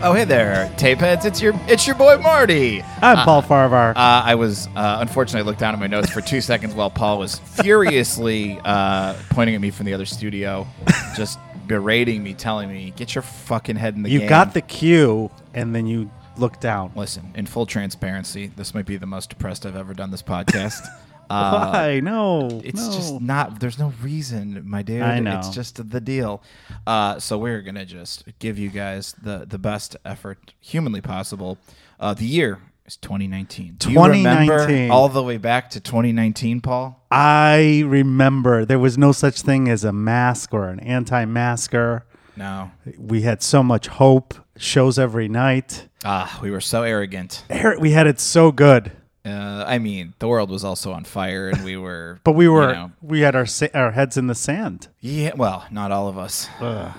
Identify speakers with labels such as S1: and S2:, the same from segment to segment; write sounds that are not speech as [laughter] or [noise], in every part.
S1: Oh, hey there, tape heads. It's your it's your boy Marty.
S2: I'm Paul Farvar.
S1: Uh, I was uh, unfortunately I looked down at my notes for two [laughs] seconds while Paul was furiously uh, pointing at me from the other studio, just berating me, telling me, "Get your fucking head in the
S2: you
S1: game."
S2: got the cue, and then you look down.
S1: Listen, in full transparency, this might be the most depressed I've ever done this
S2: [laughs]
S1: podcast. Uh,
S2: [laughs] Why? No.
S1: It's
S2: no.
S1: just not. There's no reason, my dude.
S2: I know.
S1: It's just the deal. Uh, so we're gonna just give you guys the the best effort humanly possible. Uh, the year is 2019. Do you remember
S2: 2019.
S1: all the way back to 2019, Paul?
S2: I remember there was no such thing as a mask or an anti-masker.
S1: No.
S2: We had so much hope. Shows every night.
S1: Ah, we were so arrogant.
S2: Eric, We had it so good,
S1: Uh, I mean, the world was also on fire, and we were.
S2: [laughs] but we
S1: you
S2: were
S1: know,
S2: we had our sa- our heads in the sand.
S1: yeah. Well, not all of us.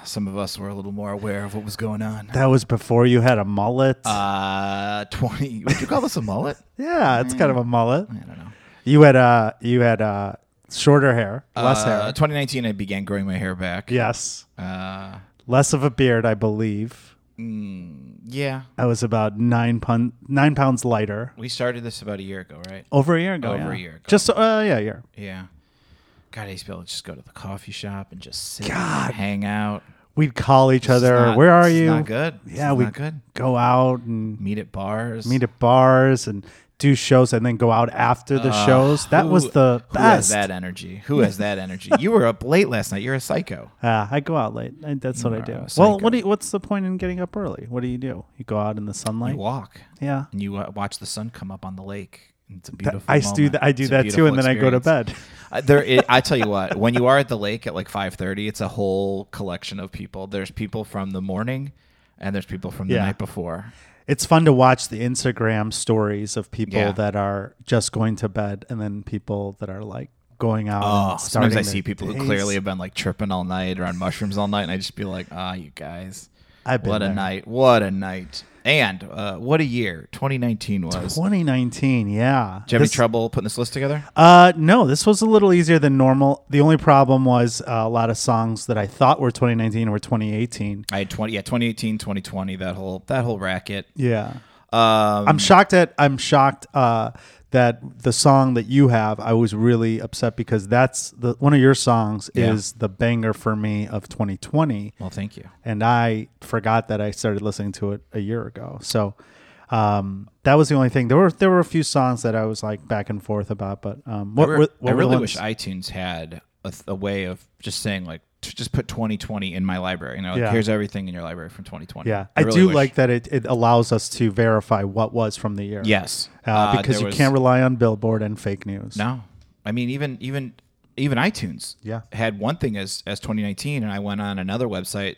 S1: Some of us were a little more aware of what was going on.
S2: That was before you had a mullet.
S1: Uh, 20. Would you call this a mullet?
S2: yeah, it's
S1: mm.
S2: kind of a mullet.
S1: I don't know.
S2: You had uh you had uh shorter hair, less
S1: Uh,
S2: hair.
S1: 2019, I began growing my hair back.
S2: Yes,
S1: Uh,
S2: less of a beard, I believe.
S1: yeah.
S2: I was about nine pun- nine pounds lighter
S1: We started this about a year ago, right?
S2: over a year ago.
S1: Over a
S2: yeah.
S1: year ago.
S2: Just uh, yeah, a year.
S1: Yeah. God, I used to be able to just go to the coffee shop and just sit,
S2: God.
S1: hang out.
S2: We'd call each
S1: It's
S2: other.
S1: not-
S2: Where are
S1: it's
S2: you?
S1: Not good. It's
S2: Yeah, we
S1: not good.
S2: go out and
S1: Meet at bars.
S2: meet at bars and do shows, and then go out after the shows. That
S1: Uh, Who-
S2: was the
S1: Who has
S2: best.
S1: that energy? Who has that energy? you were up late last night. You're a psycho.
S2: Ah, I go out late. I, that's what I
S1: are a
S2: do.
S1: psycho.
S2: Well, what do you, what's the point in getting up early? What do you do? You go out in the sunlight.
S1: You walk
S2: yeah.
S1: and you uh, watch the sun come up on the lake. It's a
S2: That-
S1: beautiful.
S2: I do
S1: moment.
S2: that. I do
S1: It's a
S2: that too,
S1: beautiful
S2: and then I go to
S1: experience.
S2: bed.
S1: Uh, there, i I tell you what, when you are at the lake at like five thirty, it's a whole collection of people. There's people from the morning, and there's people from the
S2: Yeah.
S1: night before.
S2: It's fun to watch the Instagram stories of people
S1: Yeah.
S2: that are just going to bed, and then people that are like going out.
S1: Oh,
S2: and
S1: sometimes
S2: starting
S1: I
S2: their
S1: see people who
S2: days.
S1: clearly have been like tripping all night or on mushrooms all night, and I just be like, ah, you guys,
S2: I've been
S1: what a
S2: there.
S1: night, what a night, and uh, what a year 2019 was.
S2: 2019, yeah.
S1: Did you have any
S2: This-
S1: trouble putting this list together?
S2: Uh, no, this was a little easier than normal. The only problem was uh, a lot of songs that I thought were 2019 were 2018.
S1: I had 20, yeah, 2018, 2020, that whole that whole racket.
S2: Yeah,
S1: Um,
S2: I'm shocked at I'm shocked uh, that the song that you have. I was really upset because that's the one of your songs
S1: Yeah.
S2: is the banger for me of 2020.
S1: well, thank you.
S2: and I forgot that I started listening to it a year ago. So um, that was the only thing. There were there were a few songs that I was like back and forth about, but um, what,
S1: I, re-
S2: were- what
S1: I
S2: were the
S1: really
S2: ones-
S1: wish iTunes had a, th- a way of just saying like t- just put 2020 in my library. You know, like,
S2: Yeah.
S1: here's everything in your library from 2020.
S2: yeah, I,
S1: really
S2: do
S1: wish-
S2: like that it, it allows us to verify what was from the year.
S1: Yes,
S2: uh,
S1: Uh,
S2: because
S1: there
S2: you
S1: was-
S2: can't rely on Billboard and fake news.
S1: No, I mean even even even iTunes.
S2: Yeah.
S1: had one thing as as 2019, and I went on another website,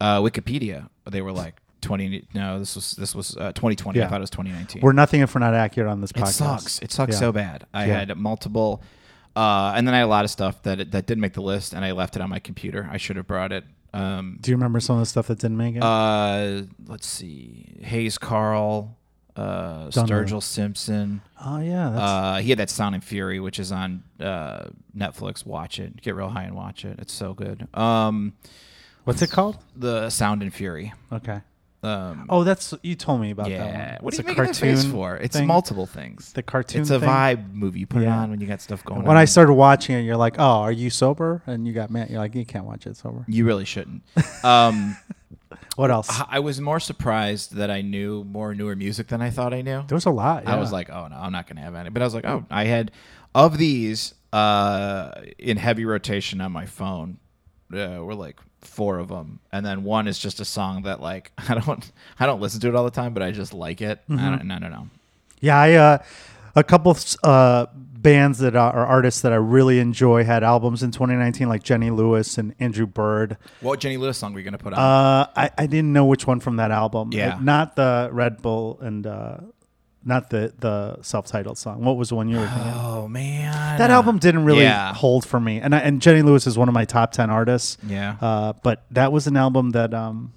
S1: uh, Wikipedia. They were like 20. No, this was this was uh, 2020. I
S2: Yeah.
S1: thought it was 2019.
S2: we're nothing if we're not accurate on this
S1: It
S2: podcast.
S1: sucks. It sucks
S2: Yeah.
S1: so bad. I
S2: Yeah.
S1: had multiple, uh, and then I had a lot of stuff that that did make the list, and I left it on my computer. I should have brought it. Um,
S2: Do you remember some of the stuff that didn't make it?
S1: uh, let's see, Hayes Carl, uh, Sturgill Simpson.
S2: oh yeah, that's,
S1: Uh, he had that Sound and Fury, which is on uh, Netflix. Watch it. Get real high and watch it. It's so good. Um,
S2: what's it called?
S1: the Sound and Fury.
S2: Okay.
S1: Um,
S2: Oh, that's you told me about that
S1: yeah.
S2: one.
S1: What
S2: it's
S1: are you
S2: a
S1: making that face
S2: cartoon
S1: for? It's
S2: thing.
S1: multiple things.
S2: The cartoon.
S1: It's a
S2: thing.
S1: vibe movie. You put it
S2: Yeah.
S1: on when you got stuff going.
S2: When
S1: on.
S2: I started watching it, you're like, "Oh, are you sober?" And you got mad. You're like, "You can't watch it sober."
S1: you really shouldn't.
S2: [laughs]
S1: Um,
S2: What else?
S1: I I was more surprised that I knew more newer music than I thought I knew.
S2: there was a lot.
S1: I was like, oh no, I'm not gonna have any. But I was like, oh, I had of these uh, in heavy rotation on my phone. Uh, were like four of them, and then one is just a song that like [laughs] I don't I don't listen to it all the time, but I just like it.
S2: Mm-hmm.
S1: I don't, no, no, no.
S2: "Yeah, I, uh, a couple of, uh, bands that are, or artists that I really enjoy had albums in 2019, like Jenny Lewis and Andrew Bird.
S1: What Jenny Lewis song were you gonna put on?
S2: Uh, I, I didn't know which one from that album.
S1: Yeah.
S2: Uh, not the Red Bull and uh, not the the self titled song. What was the one you were thinking?
S1: oh man,
S2: That album didn't really
S1: Yeah.
S2: hold for me, and I, and Jenny Lewis is one of my top ten artists.
S1: Yeah.
S2: uh, but that was an album that um,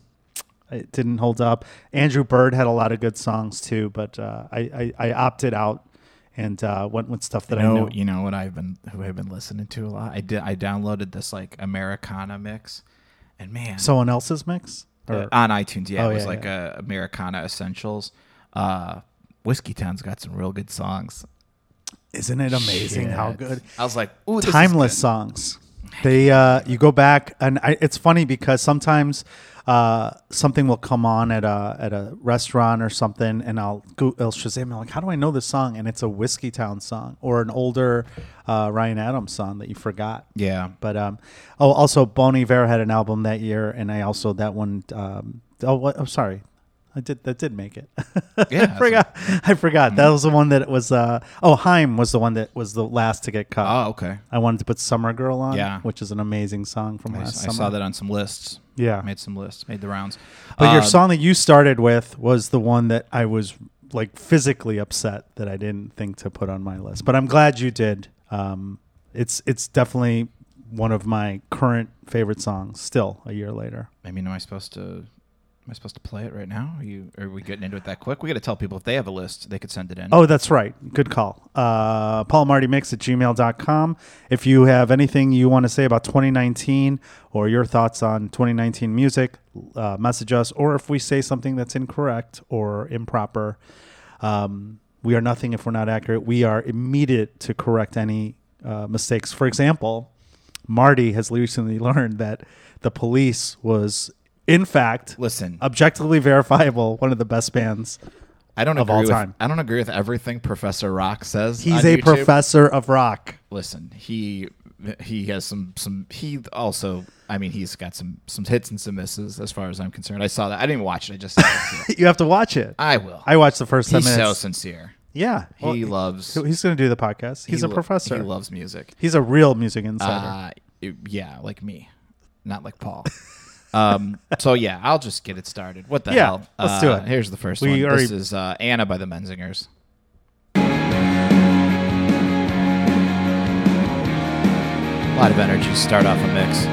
S2: it didn't hold up. Andrew Bird had a lot of good songs too, but uh, I, I I opted out and uh, went with stuff that
S1: You know,
S2: I knew.
S1: you know what I've been who I've been listening to a lot. I did. I downloaded this like Americana mix, and man,
S2: Someone else's mix.
S1: uh, on iTunes. Yeah,
S2: Oh,
S1: it was
S2: yeah,
S1: like uh Americana Essentials. Uh, Whiskey Town's got some real good songs.
S2: Isn't it amazing how
S1: Shit.
S2: good
S1: I was like, ooh, this is
S2: timeless songs. They uh, you go back and I, it's funny because sometimes uh, something will come on at a at a restaurant or something, and I'll go I'll Shazam. and I'm like, how do I know this song? And it's a Whiskey Town song or an older uh, Ryan Adams song that you forgot.
S1: good.
S2: [laughs]
S1: yeah.
S2: But um, oh, also Bon Iver had an album that year, and I also that one. Um, oh, what, I'm sorry, I did that did make it.
S1: Yeah,
S2: [laughs]
S1: Mm-hmm.
S2: I forgot. I forgot. That was the one that was. Uh, oh, Heim was the one that was the last to get cut.
S1: Oh, okay.
S2: I wanted to put "Summer Girl" on,
S1: Yeah.
S2: which is an amazing song from
S1: I,
S2: last
S1: I
S2: summer.
S1: saw that on some lists.
S2: Uh, Yeah.
S1: made some lists, made the rounds.
S2: But your
S1: Uh,
S2: song that you started with was the one that I was like physically upset that I didn't think to put on my list. But I'm glad you did. Um, it's it's definitely one of my current favorite songs. Still, a year later.
S1: I mean, am I supposed to? Am I supposed to play it right now? Are you? Are we getting into it that quick? We got to tell people if they have a list, they could send it in.
S2: Oh, that's right. Good call. Uh, PaulMartyMix at gmail.com. If you have anything you want to say about 2019 or your thoughts on 2019 music, uh, message us. Or if we say something that's incorrect or improper, um, we are nothing if we're not accurate. We are immediate to correct any uh, mistakes. For example, Marty has recently [laughs] learned that the police was, in fact,
S1: listen,
S2: objectively verifiable, one of the best bands.
S1: I don't
S2: of
S1: agree
S2: all
S1: with,
S2: time.
S1: I don't agree with everything Professor Rock says.
S2: He's
S1: on
S2: a
S1: YouTube.
S2: professor of rock. [laughs]
S1: Listen, he he has some some. He also, I mean, he's got some some hits and some misses as far as I'm concerned. I saw that. I didn't watch it. I just
S2: [laughs] you have to watch it. I,
S1: I will.
S2: watched the first ten
S1: he's so
S2: minutes.
S1: sincere.
S2: yeah, Well,
S1: he loves.
S2: he's going to do the podcast. He's
S1: he
S2: a
S1: lo-
S2: professor.
S1: He loves music.
S2: he's a real music insider.
S1: Uh, it- yeah, like me, not like Paul. [laughs] um, so yeah, I'll just get it started. What the
S2: Yeah,
S1: hell?
S2: let's
S1: Uh,
S2: do it.
S1: Here's the first
S2: We
S1: one. This
S2: already-
S1: is uh, Anna by the Menzingers. A lot of energy. to Start off a mix.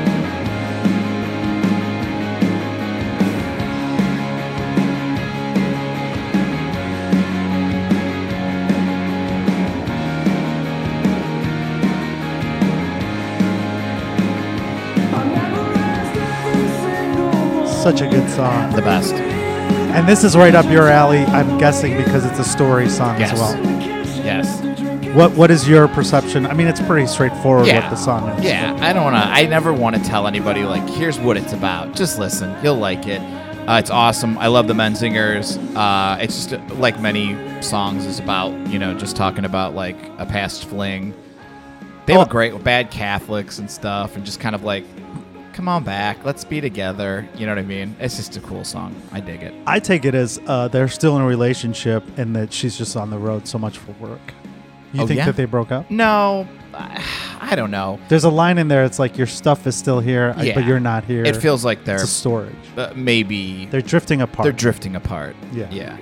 S1: Ah.
S2: Such a good song.
S1: The best.
S2: And this is right up your alley, I'm guessing, because it's a story song
S1: Yes.
S2: as well.
S1: Yes.
S2: What What is your perception? I mean, it's pretty straightforward
S1: Yeah.
S2: what the song is.
S1: Yeah. I don't want to. I never want to tell anybody like, here's what it's about. Just listen. You'll like it. Uh, it's awesome. I love the Menzingers. Uh, it's just uh, like many songs is about you know just talking about like a past fling. They were
S2: Oh.
S1: great, bad Catholics and stuff, and just kind of like, come on back, let's be together. You know what I mean? It's just a cool song. I dig it.
S2: I take it as uh, they're still in a relationship and that she's just on the road so much for work. You
S1: Oh,
S2: think
S1: yeah.
S2: that they broke up?
S1: No, [sighs] I I don't know.
S2: There's a line in there. It's like your stuff is still here, I-
S1: Yeah.
S2: but you're not here.
S1: It feels like they're
S2: it's a storage.
S1: uh, maybe
S2: They're drifting apart.
S1: they're drifting apart.
S2: Yeah.
S1: yeah.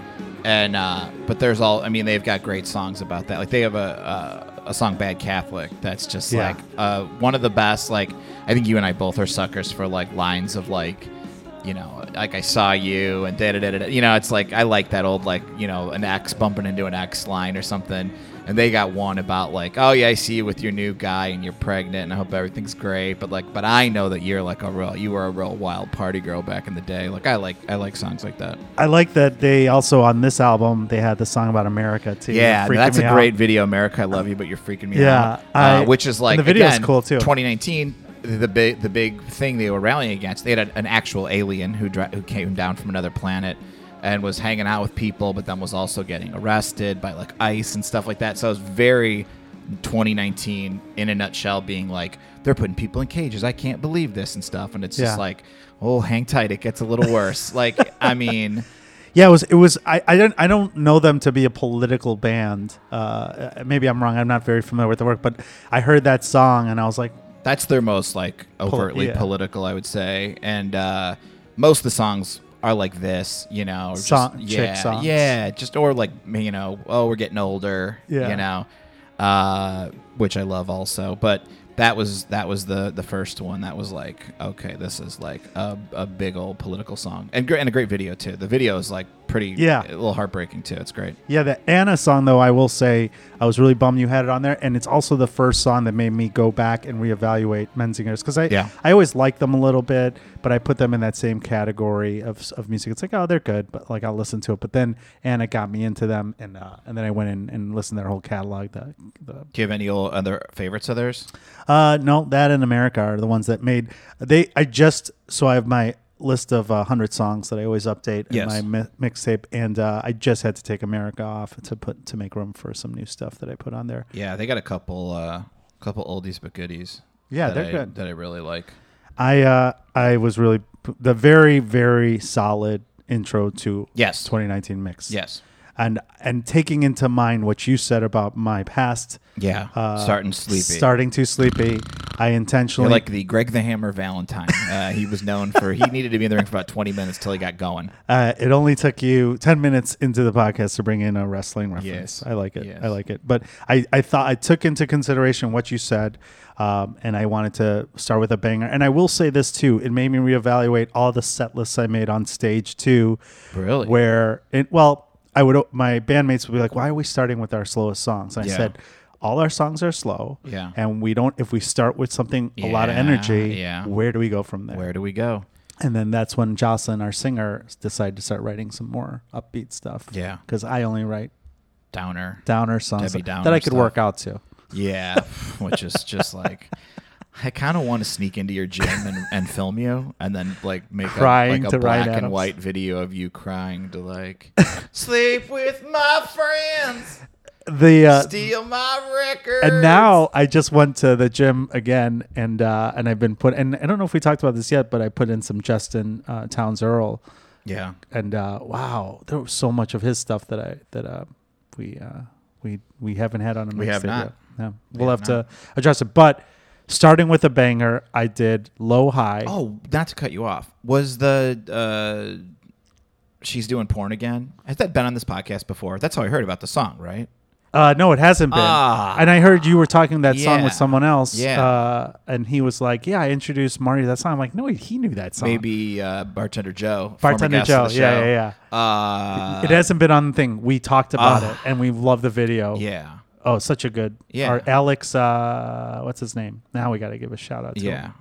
S1: And uh, but there's all I mean they've got great songs about that. Like they have a a, a song "Bad Catholic" that's just
S2: Yeah.
S1: like uh, one of the best. Like I think you and I both are suckers for like lines of like you know like I saw you and da da da da. da. You know it's like I like that old like you know an X bumping into an X line or something. And they got one about like, oh yeah, I see you with your new guy and you're pregnant and I hope everything's great. But like, but I know that you're like a real, you were a real wild party girl back in the day. Like I like, I like songs like that.
S2: I like that they also on this album they had the song about America too.
S1: Yeah,
S2: Freaking
S1: that's
S2: me
S1: a
S2: out.
S1: great video, America. I love you, but you're freaking me
S2: Yeah,
S1: out. Uh,
S2: I-
S1: which is like
S2: and the video's
S1: again,
S2: cool, too.
S1: 2019, the big the big thing they were rallying against. They had a- an actual alien who dra- who came down from another planet and was hanging out with people, but then was also getting arrested by like ICE and stuff like that. So it was very 2019 in a nutshell, being like they're putting people in cages. I can't believe this and stuff. And it's just
S2: Yeah.
S1: like, oh, hang tight, it gets a little worse. like I mean.
S2: Yeah, it was. It was. I. I don't. I don't know them to be a political band. Uh, Uh, maybe I'm wrong. I'm not very familiar with the work, but I heard that song and I was like,
S1: That's their most like overtly
S2: yeah.
S1: political, I would say, and uh, most of the songs are like this, you know, or just,
S2: Song- chick
S1: yeah,
S2: songs.
S1: yeah, just or like you know, oh, we're getting older,
S2: Yeah.
S1: you know, uh, which I love also, but that was that was the the first one that was like okay this is like a, a big old political song and great and a great video too the video is like pretty
S2: Yeah.
S1: a little heartbreaking too it's great
S2: Yeah, the Anna song though, I will say I was really bummed you had it on there, and it's also the first song that made me go back and reevaluate Menzingers because I
S1: Yeah.
S2: I always like them a little bit, but I put them in that same category of, of music. It's like oh they're good, but like I'll listen to it. But then Anna got me into them, and uh, and then I went in and listened to their whole catalog. The, the
S1: do you have any ol- other favorites of theirs
S2: uh, no, that and America are the ones that made they. I just so I have my list of uh, hundred songs that I always update in
S1: Yes.
S2: my mi- mixtape, and uh, I just had to take America off to put to make room for some new stuff that I put on there.
S1: yeah they got a couple uh couple oldies but goodies
S2: Yeah,
S1: that
S2: they're
S1: I-
S2: good.
S1: that i really like
S2: I uh, I was really the very very solid intro to
S1: yes
S2: 2019 mix.
S1: yes
S2: and and taking into mind what you said about my past.
S1: yeah
S2: Uh,
S1: starting sleepy
S2: Starting too sleepy. I
S1: You're
S2: intentionally
S1: like the Greg the Hammer Valentine. Uh, he was known for he needed to be in the ring for about 20 minutes till he got going.
S2: Uh, it only took you 10 minutes into the podcast to bring in a wrestling reference.
S1: Yes.
S2: I like it.
S1: Yes.
S2: I like it. But I, I thought I took into consideration what you said, um, and I wanted to start with a banger. And I will say this too it made me reevaluate all the set lists I made on stage too.
S1: Really?
S2: Where, it, well, I would my bandmates would be like, why are we starting with our slowest songs? And I
S1: Yeah.
S2: said, all our songs are slow.
S1: Yeah.
S2: And we don't, if we start with something, a lot of
S1: Yeah,
S2: energy,
S1: yeah.
S2: where do we go from there?
S1: Where do we go?
S2: And then that's when Jocelyn, our singer, s- decided to start writing some more upbeat stuff.
S1: Yeah.
S2: Because I only write
S1: Downer.
S2: downer songs
S1: Debbie
S2: that
S1: Downer
S2: I could
S1: stuff.
S2: work out to.
S1: Yeah, [laughs] which is just like I kind of want to sneak into your gym and, and film you, and then like make
S2: Crying
S1: a, like
S2: to
S1: a
S2: Ryan
S1: black and
S2: Adams.
S1: white video of you crying to like [laughs] sleep with my friends,
S2: The uh,
S1: steal my record,
S2: and now I just went to the gym again, and uh, and I've been put. And I don't know if we talked about this yet, but I put in some Justin uh, Towns Earl,
S1: yeah,
S2: and uh, wow, there was so much of his stuff that I that uh, we uh, we we haven't had on a
S1: We have
S2: mixtape
S1: not.
S2: yet. No, we'll have,
S1: have
S2: to address it. But starting with a banger, I did low high.
S1: Oh, not to cut you off. Was the uh she's doing porn again? Has that been on this podcast before? That's how I heard about the song, right?
S2: Uh, no, it hasn't been.
S1: Ah.
S2: and I heard you were talking that song
S1: Yeah.
S2: with someone else.
S1: Yeah.
S2: Uh, and he was like, "Yeah, I introduced Marty to that song." I'm like, "No, he- he knew that song."
S1: Maybe uh bartender Joe. former
S2: Bartender
S1: guest of the
S2: Joe. Yeah,
S1: show.
S2: yeah,
S1: Uh
S2: it hasn't been on the thing. We talked about it, and we love the video.
S1: Ah. yeah.
S2: Oh, such a good.
S1: Yeah.
S2: Or Alex, uh, what's his name? Now we got to give a shout out. to
S1: Yeah.
S2: him.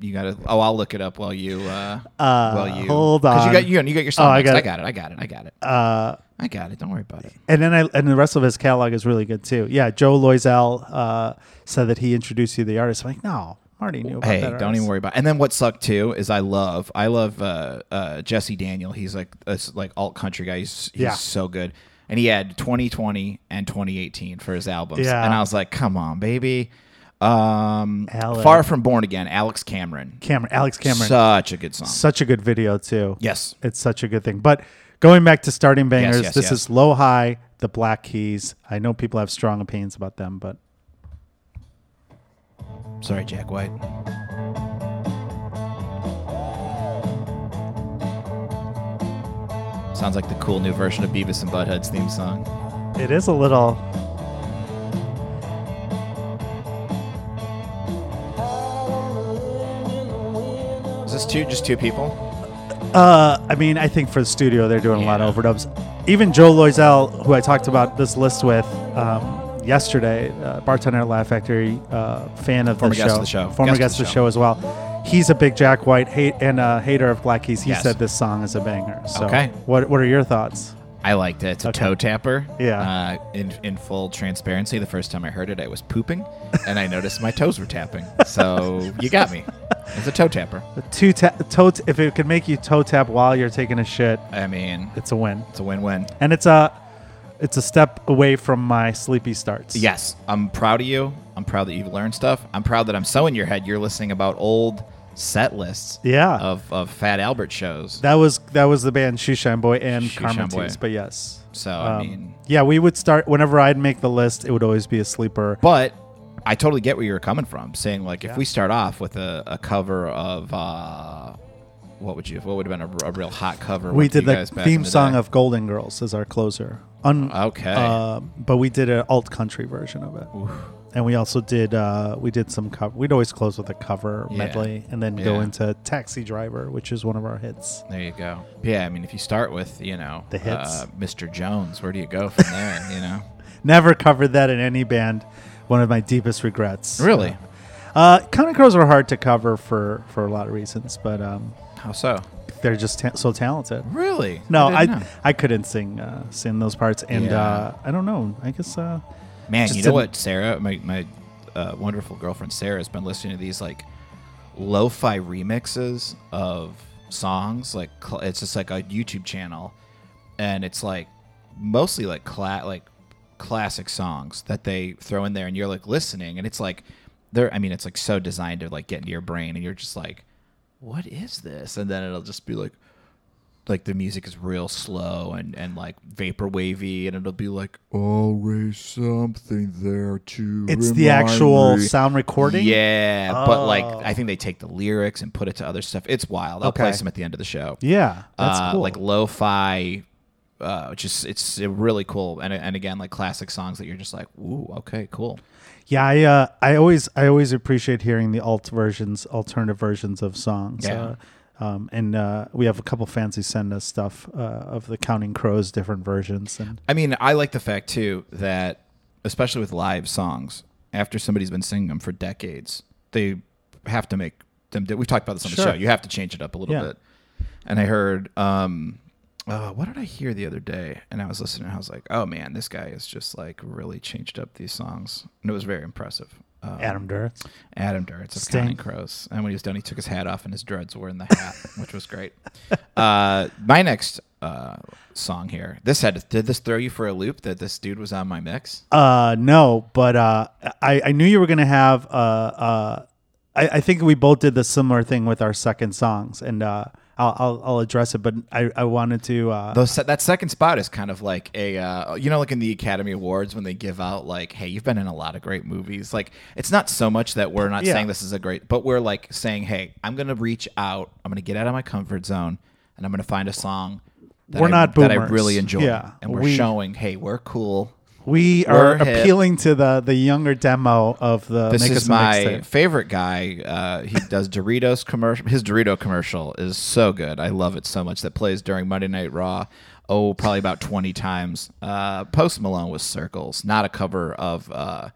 S1: You gotta. Oh, I'll look it up while you. Uh,
S2: Uh,
S1: while you
S2: hold
S1: 'cause
S2: on.
S1: You got you, you got your song.
S2: Oh, I
S1: next.
S2: got
S1: I
S2: it.
S1: got it. I got it. I got it.
S2: Uh,
S1: I got it. Don't worry about it.
S2: and then I and the rest of his catalog is really good too. Yeah, Joe Loisel uh, said that he introduced you to the artist. I'm like, no, Marty knew about
S1: Hey,
S2: that.
S1: don't
S2: artist."
S1: even worry about. it. And then what sucked too is I love I love uh, uh, Jesse Daniel. He's like this like alt country guy. He's, he's
S2: Yeah.
S1: so good. And he had 2020 and 2018 for his albums.
S2: Yeah.
S1: And I was like, come on, baby. Um,
S2: Alex.
S1: Far from Born Again, Alex Cameron.
S2: Cameron, Alex Cameron,
S1: Such a good song.
S2: such a good video too.
S1: yes.
S2: it's such a good thing. But going back to starting bangers,
S1: yes,
S2: this
S1: yes.
S2: is Low High, The Black Keys. I know people have strong opinions about them, but
S1: Sorry, Jack White. Sounds like the cool new version of Beavis and Butthead's theme song.
S2: it is a little.
S1: Is this two just two people?
S2: Uh, I mean, I think for the studio, they're doing a lot of overdubs. Even Joe Loisel, who I talked about this list with um, yesterday, uh, bartender at Laugh Factory, uh, fan of
S1: Former
S2: the,
S1: guest
S2: show,
S1: of the show.
S2: former guest, of the show.
S1: show
S2: as well. He's a big Jack White hate and a hater of Black Keys. He
S1: Yes.
S2: said this song is a banger. So
S1: Okay.
S2: what what are your thoughts?
S1: I liked it. It's a toe tapper.
S2: Yeah.
S1: Uh, in in full transparency, the first time I heard it, I was pooping, and I noticed my toes were tapping. So you got me. It's a toe tapper.
S2: Two ta- toe t- if it can make you toe tap while you're taking a shit,
S1: I mean,
S2: it's a win.
S1: it's a win-win.
S2: And it's a it's a step away from my sleepy starts.
S1: Yes, I'm proud of you. I'm proud that you've learned stuff. I'm proud that I'm so in your head. You're listening about old set lists.
S2: Yeah.
S1: Of, of Fat Albert shows.
S2: That was that was the band Shoeshine Boy and
S1: Shoeshine
S2: Carmen
S1: Boy.
S2: Tees, but yes. Um,
S1: So, I mean-
S2: yeah, we would start whenever I'd make the list. It would always be a sleeper.
S1: but I totally get where you're coming from, saying like if we start off with a, a cover of uh, what would you? What would have been a, a real hot cover?
S2: we
S1: with
S2: did
S1: you
S2: the
S1: guys back in
S2: theme
S1: the
S2: song
S1: day?
S2: of Golden Girls as our closer. Un-
S1: Okay.
S2: Uh, but we did an alt country version of it. And we also did uh, we did some cover. We'd always close with a cover
S1: Yeah.
S2: medley and then go
S1: Yeah.
S2: into Taxi Driver, which is one of our hits.
S1: There you go. Yeah, I mean, if you start with you know
S2: The hits.
S1: uh, Mr. Jones, where do you go from there? You know,
S2: Never covered that in any band. One of my deepest regrets.
S1: really?
S2: Uh, Counting Crows are hard to cover for for a lot of reasons, but um,
S1: How so?
S2: they're just ta- so talented.
S1: Really?
S2: No, I
S1: I,
S2: I,
S1: didn't know.
S2: couldn't sing uh, sing those parts, and
S1: Yeah.
S2: uh, I don't know. I guess uh,
S1: man,
S2: just
S1: you know
S2: didn't-
S1: what, Sarah, my my uh, wonderful girlfriend Sarah has been listening to these like lo-fi remixes of songs. Like cl- it's just like a YouTube channel, and it's like mostly like cla- like classic songs that they throw in there, and you're like listening, and it's like they're. I mean, it's like so designed to like get into your brain, and you're just like, what is this? And then it'll just be like like the music is real slow and and like vapor wavy and it'll be like
S3: Always something there to.
S2: it's the
S3: remind
S2: actual
S3: me.
S2: sound recording.
S1: yeah but like
S2: Oh.
S1: i think they take the lyrics and put it to other stuff it's wild i'll
S2: Okay.
S1: play some at the end of the show
S2: Yeah, that's
S1: uh,
S2: cool.
S1: like lo-fi uh just it's really cool and, and again like classic songs that you're just like ooh okay cool
S2: yeah, I uh, I always I always appreciate hearing the alt versions, alternative versions of songs.
S1: Yeah.
S2: Uh, um, and uh, we have a couple fans who send us stuff uh, of the Counting Crows different versions, and
S1: I mean, I like the fact too that, especially with live songs, after somebody's been singing them for decades, they have to make them. We've talked about this on the show.
S2: Sure.
S1: You have to change it up a little
S2: Yeah.
S1: bit. And I heard, um, uh, what did I hear the other day? And I was listening. And I was like, oh man, this guy has just like really changed up these songs, and it was very impressive. Um,
S2: Adam Duritz.
S1: Adam Duritz of
S2: Sting.
S1: Counting Crows. And when he was done, he took his hat off and his dreads were in the hat, [laughs] which was great. Uh, my next uh, song here. This had did this throw you for a loop that this dude was on my mix?
S2: Uh, no, but uh, I, I knew you were gonna have uh, uh, I, I think we both did the similar thing with our second songs, and uh, I'll, I'll I'll address it, but I, I wanted to uh,
S1: Those, that second spot is kind of like a uh, you know like in the Academy Awards when they give out like hey you've been in a lot of great movies like it's not so much that we're not
S2: Yeah.
S1: saying this is a great but we're like saying hey I'm gonna reach out I'm gonna get out of my comfort zone and I'm gonna find a song that
S2: We're
S1: I,
S2: not
S1: that I
S2: boomers.
S1: really enjoy
S2: Yeah.
S1: and we're
S2: We-
S1: showing hey we're cool
S2: we are
S1: We're hip.
S2: appealing to the the younger demo of the
S1: This
S2: uh, Make
S1: is
S2: Us a
S1: my
S2: Mixtape.
S1: favorite guy. Uh, he does Doritos commercial. His Dorito commercial is so good. I love it so much. That plays during Monday Night Raw. Oh, probably about twenty times. Uh, Post Malone was Circles, not a cover of. Uh,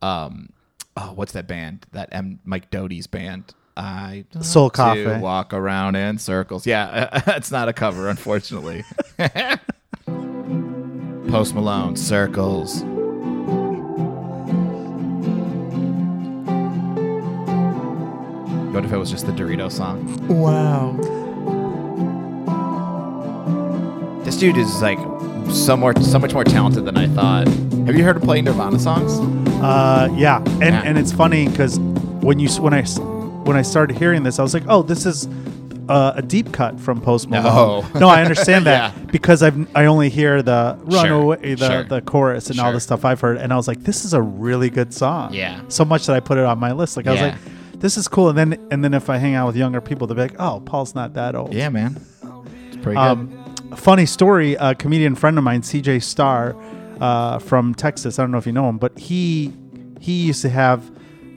S1: um, oh, what's that band? That M Mike Doty's band. I don't
S2: Soul
S1: want to
S2: Cafe.
S1: walk around in circles. Yeah, [laughs] it's not a cover, unfortunately. [laughs] Post Malone circles. What if it was just the Dorito song?
S3: Wow.
S1: This dude is like so more, so much more talented than I thought. Have you heard him play Nirvana songs?
S2: Uh, yeah, and
S1: Yeah.
S2: and it's funny because when you s- when I s- when I started hearing this, I was like, oh, this is uh, a deep cut from Post Malone.
S1: No.
S2: [laughs] No, I understand that
S1: [laughs] Yeah.
S2: because I've I only hear the run
S1: Sure,
S2: away the,
S1: sure,
S2: the chorus and all
S1: sure.
S2: the stuff I've heard, and I was like, this is a really good song.
S1: Yeah.
S2: so much that I put it on my list. Like I was
S1: Yeah.
S2: like. This is cool, and then and then if I hang out with younger people, they'll be like, "Oh, Paul's not that old."
S1: Yeah, man. It's pretty good.
S2: Um, funny story. A comedian friend of mine, CJ Starr, uh, from Texas. I don't know if you know him, but he he used to have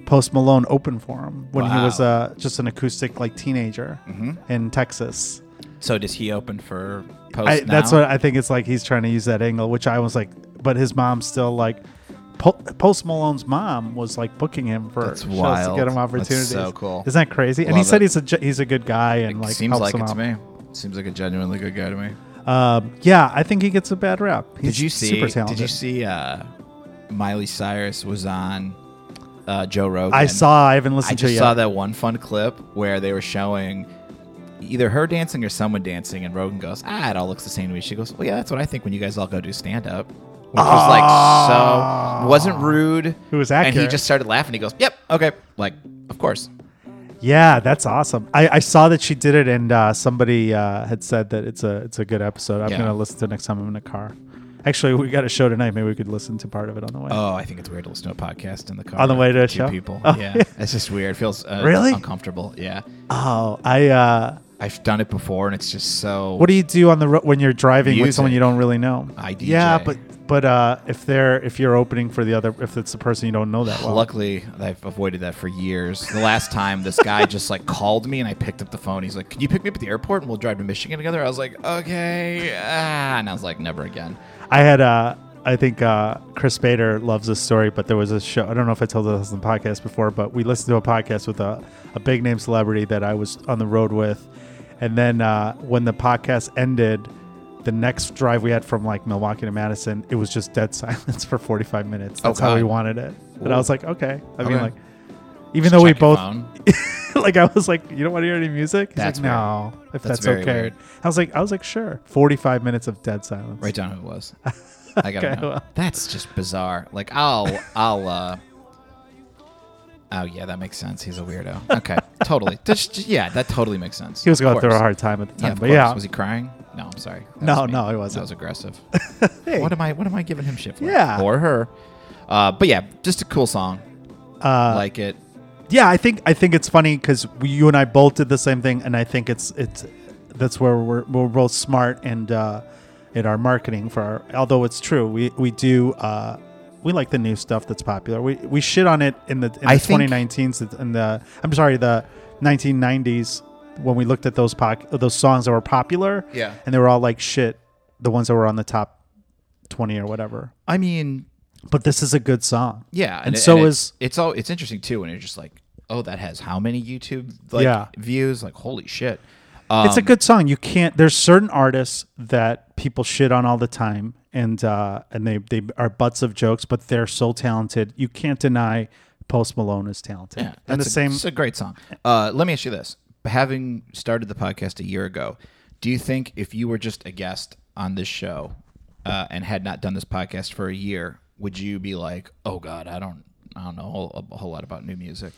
S2: Post Malone open for him when he
S1: Wow.
S2: was uh, just an acoustic like teenager in Texas.
S1: so does he open for Post?
S2: I, that's
S1: now?
S2: what I think. It's like he's trying to use that angle, which I was like, but his mom's still like. Po- Post Malone's mom was like booking him for
S1: That's
S2: shows to
S1: wild.
S2: get him
S1: That's
S2: opportunities.
S1: so cool.
S2: Isn't that crazy? and he
S1: Love
S2: said
S1: it.
S2: he's a ge- he's a good guy and like
S1: seems
S2: helps
S1: like
S2: him
S1: it to
S2: out.
S1: me. Seems like a genuinely good guy to me.
S2: Um, yeah, I think he gets a bad rap. He's
S1: Did you see?
S2: Super talented.
S1: did you see? Uh, Miley Cyrus was on uh, Joe Rogan.
S2: I saw. I haven't
S1: I
S2: listened to
S1: just
S2: it
S1: saw
S2: yet.
S1: that one fun clip where they were showing either her dancing or someone dancing, and Rogan goes, "Ah, it all looks the same to me." She goes, "Well, yeah, that's what I think when you guys all go do stand up." Which was like so wasn't rude.
S2: Ah. It was
S1: And he
S2: accurate.
S1: just started laughing. He goes, "Yep, okay, like of course."
S2: Yeah, that's awesome. I, I saw that she did it, and uh, somebody uh, had said that it's a it's a good episode. I'm
S1: Yeah.
S2: gonna listen to it next time I'm in a car. Actually, we got a show tonight. Maybe we could listen to part of it on the way.
S1: Oh, I think it's weird to listen to a podcast in the car
S2: On the way to a
S1: two
S2: show? [laughs]
S1: people.
S2: Oh,
S1: yeah,
S2: yeah.
S1: it's just weird. It feels uh,
S2: Really?
S1: uncomfortable. Yeah.
S2: Oh, I uh,
S1: I've done it before, and it's just so.
S2: What do you do on the road when you're driving with someone
S1: Music.
S2: you don't really know?
S1: I DJ.
S2: Yeah, but but uh, if they're if you're opening for the other if it's the person you don't know that
S1: [sighs]
S2: well.
S1: Luckily, I've avoided that for years. The last time, this
S2: [laughs]
S1: guy just like called me, and I picked up the phone. He's like, "Can you pick me up at the airport, and we'll drive to Michigan together?" I was like, "Okay," ah, and I was like, "Never again."
S2: I had uh I think uh, Chris Bader loves this story, but there was a show. I don't know if I told this on the podcast before, but we listened to a podcast with a, a big name celebrity that I was on the road with. And then uh, when the podcast ended, the next drive we had from like Milwaukee to Madison, it was just dead [laughs] silence for 45 minutes.
S1: Oh,
S2: That's how we
S1: God.
S2: wanted it. And I
S1: Ooh.
S2: was like, okay. I mean,
S1: Okay.
S2: like, even though we
S1: Check your
S2: both,
S1: phone.
S2: [laughs] like, I was like, you don't want to hear any music? He's
S1: That's
S2: like, no,
S1: That's
S2: if that's,
S1: very
S2: okay.
S1: weird.
S2: I was like, I was like, sure. 45 minutes of dead silence.
S1: Write down who it
S2: [laughs]
S1: was. I gotta
S2: Okay,
S1: know.
S2: well.
S1: That's just bizarre. Like I'll I'll uh Oh yeah, that makes sense. He's a weirdo.
S2: [laughs]
S1: Okay. totally. Just, just- yeah, that totally makes sense.
S2: He was
S1: Of
S2: going through a
S1: course.
S2: hard time at the
S1: Yeah,
S2: time,
S1: of
S2: but
S1: course.
S2: yeah,
S1: Was he crying? No, I'm sorry. That
S2: No,
S1: was me.
S2: no, he wasn't.
S1: That was aggressive.
S2: [laughs] Hey.
S1: What am I what am I giving him shit for?
S2: Yeah.
S1: Or her. Uh but yeah, just a cool song.
S2: Uh,
S1: like it.
S2: yeah, I think I think it's funny because you and I both did the same thing, and I think it's it's that's where we're we're both smart and uh, in our marketing for our. Although it's true, we we do uh, we like the new stuff that's popular. We we shit on it in the in the
S1: I think-
S2: 2019s and the I'm sorry the 1990s when we looked at those poc- those songs that were popular.
S1: Yeah.
S2: and they were all like shit. The ones that were on the top 20 or whatever.
S1: I mean,
S2: But this is a good song.
S1: yeah,
S2: and
S1: it-
S2: so
S1: it's-
S2: is
S1: it's all it's interesting too when you're just like, oh, that has how many YouTube like
S2: Yeah.
S1: views? Like holy shit. Um,
S2: it's a good song. You can't. There's certain artists that people shit on all the time, and uh, and they they are butts of jokes, but they're so talented. You can't deny Post Malone is talented.
S1: Yeah,
S2: and the
S1: a,
S2: same.
S1: It's a great song. Uh, let me ask you this: Having started the podcast a year ago, do you think if you were just a guest on this show uh, and had not done this podcast for a year, would you be like, "Oh God, I don't, I don't know a whole, a whole lot about new music"?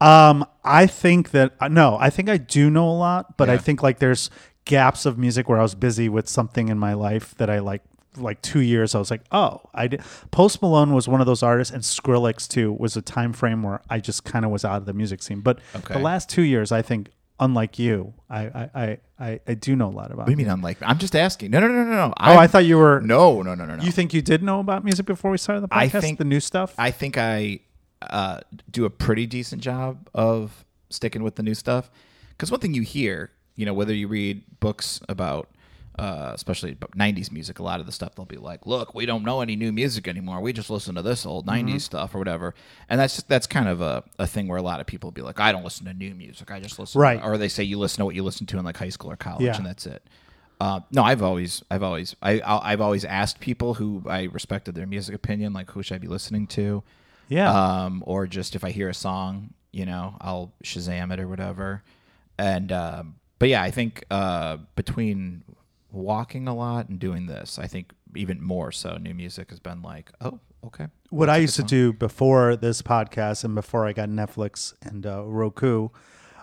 S2: Um, I think that uh, no, I think I do know a lot, but I
S1: Yeah.
S2: think like there's gaps of music where I was busy with something in my life that I like. Like two years, I was like, oh, I did. Post Malone was one of those artists, and Skrillex too was a time frame where I just kind of was out of the music scene. But
S1: Okay.
S2: the last two years, I think, unlike you, I I I, I, I do know a lot about.
S1: What do you mean? I'm like, I'm just asking. No, no, no, no, no.
S2: Oh, I thought you were.
S1: no, no, no, no, no.
S2: you think you did know about music before we started the podcast?
S1: I think-
S2: the new stuff.
S1: I think I uh, do a pretty decent job of sticking with the new stuff. Because one thing you hear, you know, whether you read books about, uh, especially about 90s music, a lot of the stuff they'll be like, look, we don't know any new music anymore. We just listen to this
S2: Mm-hmm.
S1: old 90s stuff or whatever. And that's just, that's kind of a, a thing where a lot of people be like, I don't listen to new music. I just listen. to-"
S2: Right.
S1: or they say you listen to what you listen to in like high school or college
S2: Yeah.
S1: and that's it. Uh, no, I've always, I've always, I, I, I've always asked people who I respected their music opinion, like who should I be listening to?
S2: yeah.
S1: um, or just if I hear a song, you know, I'll Shazam it or whatever. And um, but yeah, I think uh, between walking a lot and doing this, I think even more so, new music has been like, oh, okay,
S2: what I used to do before this podcast and before I got Netflix and uh, Roku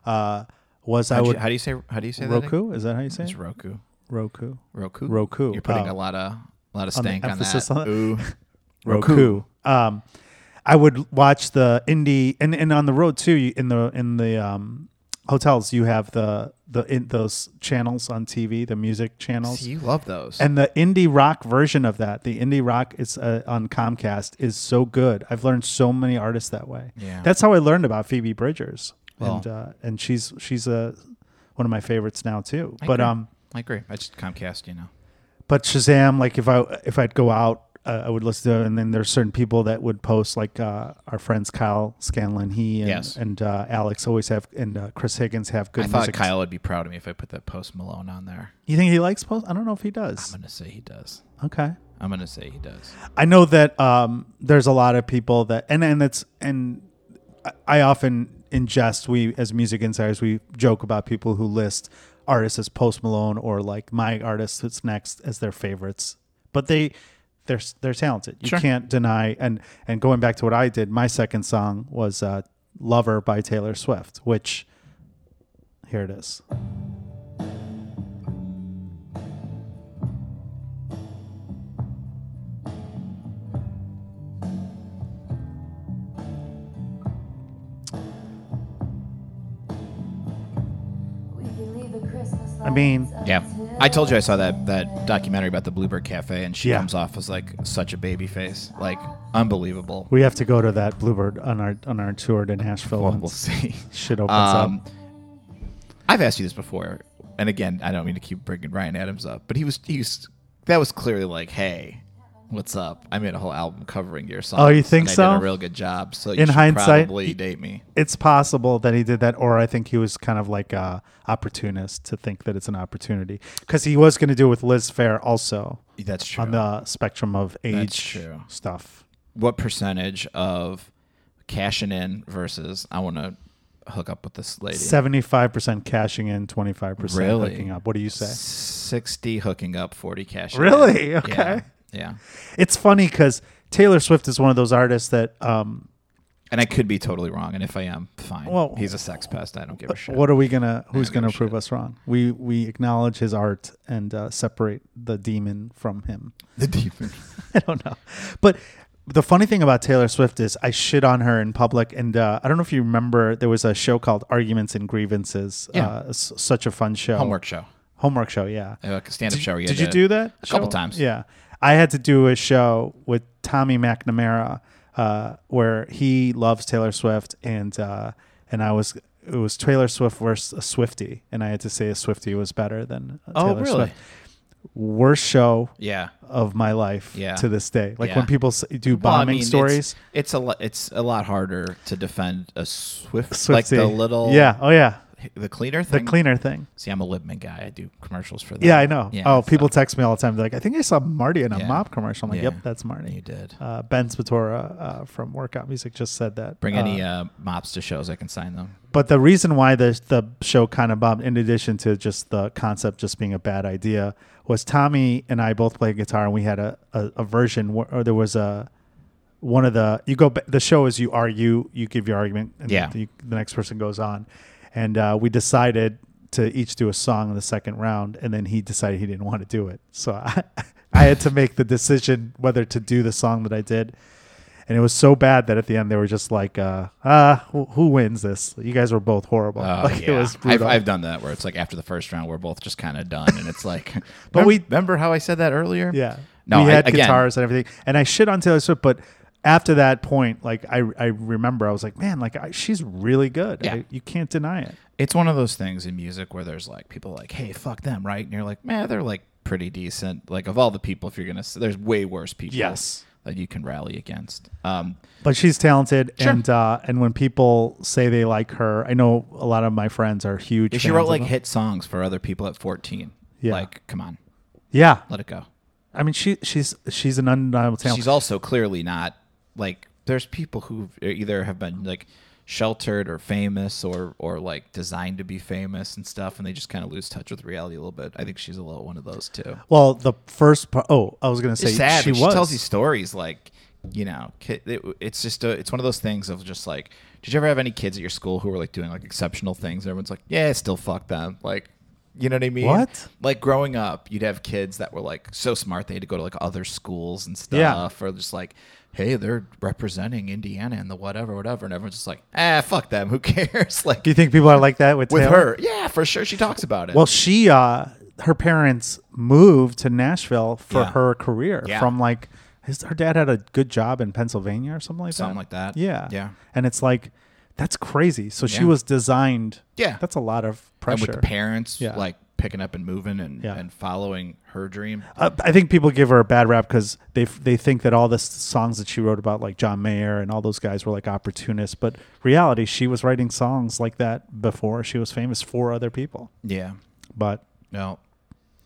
S2: uh, was I
S1: How'd you-
S2: would
S1: how do you say how do you say that? again?
S2: Roku. Is that how you say
S1: It's
S2: it?
S1: Roku.
S2: Roku?
S1: Roku.
S2: Roku.
S1: You're putting
S2: Oh.
S1: a lot of a lot of
S2: the
S1: stank on,
S2: emphasis
S1: that.
S2: on it. [laughs]
S1: Ooh.
S2: Roku. Um, I would watch the indie and, and on the road too. you- In the in the um, hotels, you have the the in those channels on TV, the music channels.
S1: See, you love those.
S2: And the indie rock version of that, the indie rock is uh, on Comcast, is so good. I've learned so many artists that way.
S1: Yeah.
S2: that's how I learned about Phoebe Bridgers,
S1: Well.
S2: and uh, and she's she's uh, one of my favorites now too.
S1: I
S2: but
S1: agree.
S2: um,
S1: I agree. I just Comcast, you know.
S2: but Shazam, like if I if I'd go out, uh, I would listen to, it, and then there's certain people that would post, like uh, our friends Kyle Scanlon, he and,
S1: Yes.
S2: and uh, Alex always have, and uh, Chris Higgins have good
S1: I thought
S2: music.
S1: Kyle would be proud of me if I put that Post Malone on there.
S2: you think he likes post? I don't know if he
S1: I'm
S2: does.
S1: gonna say he does.
S2: Okay.
S1: I'm gonna say he does.
S2: I know that um, there's a lot of people that, and and that's and I- I often in jest we as music insiders we joke about people who list artists as Post Malone or like my artist that's next as their favorites, but they they're they're talented. You
S1: Sure.
S2: can't deny. And and going back to what I did, my second song was uh, "Lover" by Taylor Swift, which here it is.
S4: We can leave the crib
S2: I mean,
S1: Yeah, I told you I saw that that documentary about the Bluebird Cafe, and she
S2: Yeah.
S1: comes off as like such a baby face, like unbelievable.
S2: we have to go to that Bluebird on our on our tour to Nashville.
S1: Well,
S2: once
S1: we'll see. [laughs]
S2: Shit opens
S1: Um,
S2: up.
S1: I've asked you this before, and again, I don't mean to keep bringing Ryan Adams up, but he was he was that was clearly like, hey, what's up? I made a whole album covering your song.
S2: Oh, you think so?
S1: I did a real good job. So you
S2: In
S1: should
S2: hindsight,
S1: probably
S2: y-
S1: date me.
S2: It's possible that he did that, or I think he was kind of like a opportunist to think that it's an opportunity because he was going to do it with Liz Fair also
S1: That's true.
S2: on the spectrum of age
S1: true.
S2: stuff.
S1: what percentage of cashing in versus I want to hook up with this lady?
S2: Seventy-five percent cashing in, twenty-five percent
S1: Really?
S2: hooking up. What do you say?
S1: Sixty hooking up, forty cashing.
S2: Really?
S1: In.
S2: Okay.
S1: Yeah. yeah.
S2: It's funny because Taylor Swift is one of those artists that um,
S1: And I could be totally wrong, and if I am, fine.
S2: Well- uh,
S1: he's a sex pest. I don't give a shit.
S2: What are we gonna? Who's
S1: give
S2: gonna
S1: a
S2: prove
S1: shit.
S2: us wrong? We we acknowledge his art and uh, separate the demon from him.
S1: the demon.
S2: [laughs] I don't know, but the funny thing about Taylor Swift is I shit on her in public, and uh, I don't know if you remember there was a show called Arguments and Grievances.
S1: Yeah.
S2: uh, s- such a fun show.
S1: Homework show. Uh,
S2: Homework show. Yeah.
S1: A stand-up show.
S2: Did you do that?
S1: A couple
S2: show?
S1: times.
S2: Yeah. I had to do a show with Tommy McNamara uh, where he loves Taylor Swift and uh, and I was it was Taylor Swift versus a Swifty and I had to say a Swifty was better than a
S1: Oh,
S2: Taylor
S1: really?
S2: Swift. Worst show
S1: Yeah.
S2: of my life
S1: Yeah.
S2: to this day. Like
S1: Yeah.
S2: when people s- do bombing
S1: Well, I mean, it's-
S2: stories.
S1: It's, a lot. It's a lot harder to defend a swift, like
S2: Swifty.
S1: the little
S2: Yeah. Oh yeah.
S1: the cleaner
S2: The
S1: thing.
S2: cleaner thing.
S1: See, I'm a Libman guy. I do commercials for that.
S2: Yeah, I know. oh,
S1: so-
S2: people text me all the time. They're like, I think I saw Marty in a
S1: Yeah.
S2: mop commercial. I'm like,
S1: Yeah.
S2: yep, that's Marty.
S1: You did.
S2: Uh, ben Spatora uh, from Workout Music just said that.
S1: Bring
S2: Uh,
S1: any uh, mops to shows. I can sign
S2: [laughs]
S1: them.
S2: But the reason why the the show kind of bombed, in addition to just the concept just being a bad idea, was Tommy and I both played guitar, and we had a a, a version where or there was a one of the you go ba- the show is you argue you give your argument and
S1: Yeah.
S2: the, the next person goes on, and uh, we decided to each do a song in the second round, and then he decided he didn't want to do it, so [laughs] I I had to make the decision whether to do the song that I did. And it was so bad that at the end they were just like, uh, ah, who, who wins this? You guys were both horrible.
S1: Oh,
S2: [laughs] like
S1: yeah.
S2: it was
S1: I've,
S2: brutal.
S1: I've done that where it's like after the first round, we're both just kind of done, and it's
S2: [laughs]
S1: like,
S2: But
S1: but
S2: we-
S1: we remember how I said that earlier.
S2: yeah.
S1: No,
S2: we
S1: I-
S2: had
S1: again-
S2: guitars and everything. And I shit on Taylor Swift, but after that point, like I, I remember I was like, man, like I, she's really good.
S1: Yeah.
S2: I- you can't deny it.
S1: it's one of those things in music where there's like people like, hey, fuck them, right? And you're like, man, they're like pretty decent. Like of all the people, if you're gonna, s- there's way worse people.
S2: Yes.
S1: That you can rally against. Um,
S2: But she's talented,
S1: Sure.
S2: and uh, and when people say they like her, I know a lot of my friends are huge.
S1: she
S2: fans
S1: wrote
S2: of
S1: like
S2: her.
S1: hit songs for other people at 14.
S2: Yeah.
S1: Like, come on,
S2: yeah.
S1: let it go.
S2: I mean, she she's she's an undeniable talent.
S1: She's also clearly not like there's people who either have been like sheltered or famous or or like designed to be famous and stuff and they just kind of lose touch with reality a little bit. I think she's a little one of those too.
S2: well, the first part. Oh, I was gonna say
S1: It's sad.
S2: she
S1: but She,
S2: was.
S1: tells these stories like you know ki- it, it's just a, it's one of those things of just like did you ever have any kids at your school who were like doing like exceptional things and everyone's like yeah still fuck them like you know what i mean
S2: What?
S1: like growing up you'd have kids that were like so smart they had to go to like other schools and
S2: Yeah.
S1: stuff or just like hey they're representing indiana and the whatever whatever and everyone's just like ah fuck them who [laughs] cares like
S2: Do you think people are like that with
S1: with
S2: Taylor?
S1: her yeah for sure she talks about it
S2: Well, she uh her parents moved to Nashville for
S1: Yeah.
S2: her career
S1: Yeah.
S2: from like his, her dad had a good job in Pennsylvania or something like
S1: something
S2: that.
S1: like that
S2: yeah.
S1: yeah
S2: And it's like that's crazy. So she
S1: Yeah.
S2: was designed.
S1: Yeah.
S2: That's a lot of
S1: and
S2: pressure.
S1: with the parents
S2: Yeah.
S1: like picking up and moving and,
S2: Yeah.
S1: and following her dream.
S2: Uh, I think people give her a bad rap because they f- they think that all the s- songs that she wrote about like John Mayer and all those guys were like opportunists, but reality she was writing songs like that before she was famous for other people.
S1: Yeah.
S2: But
S1: No.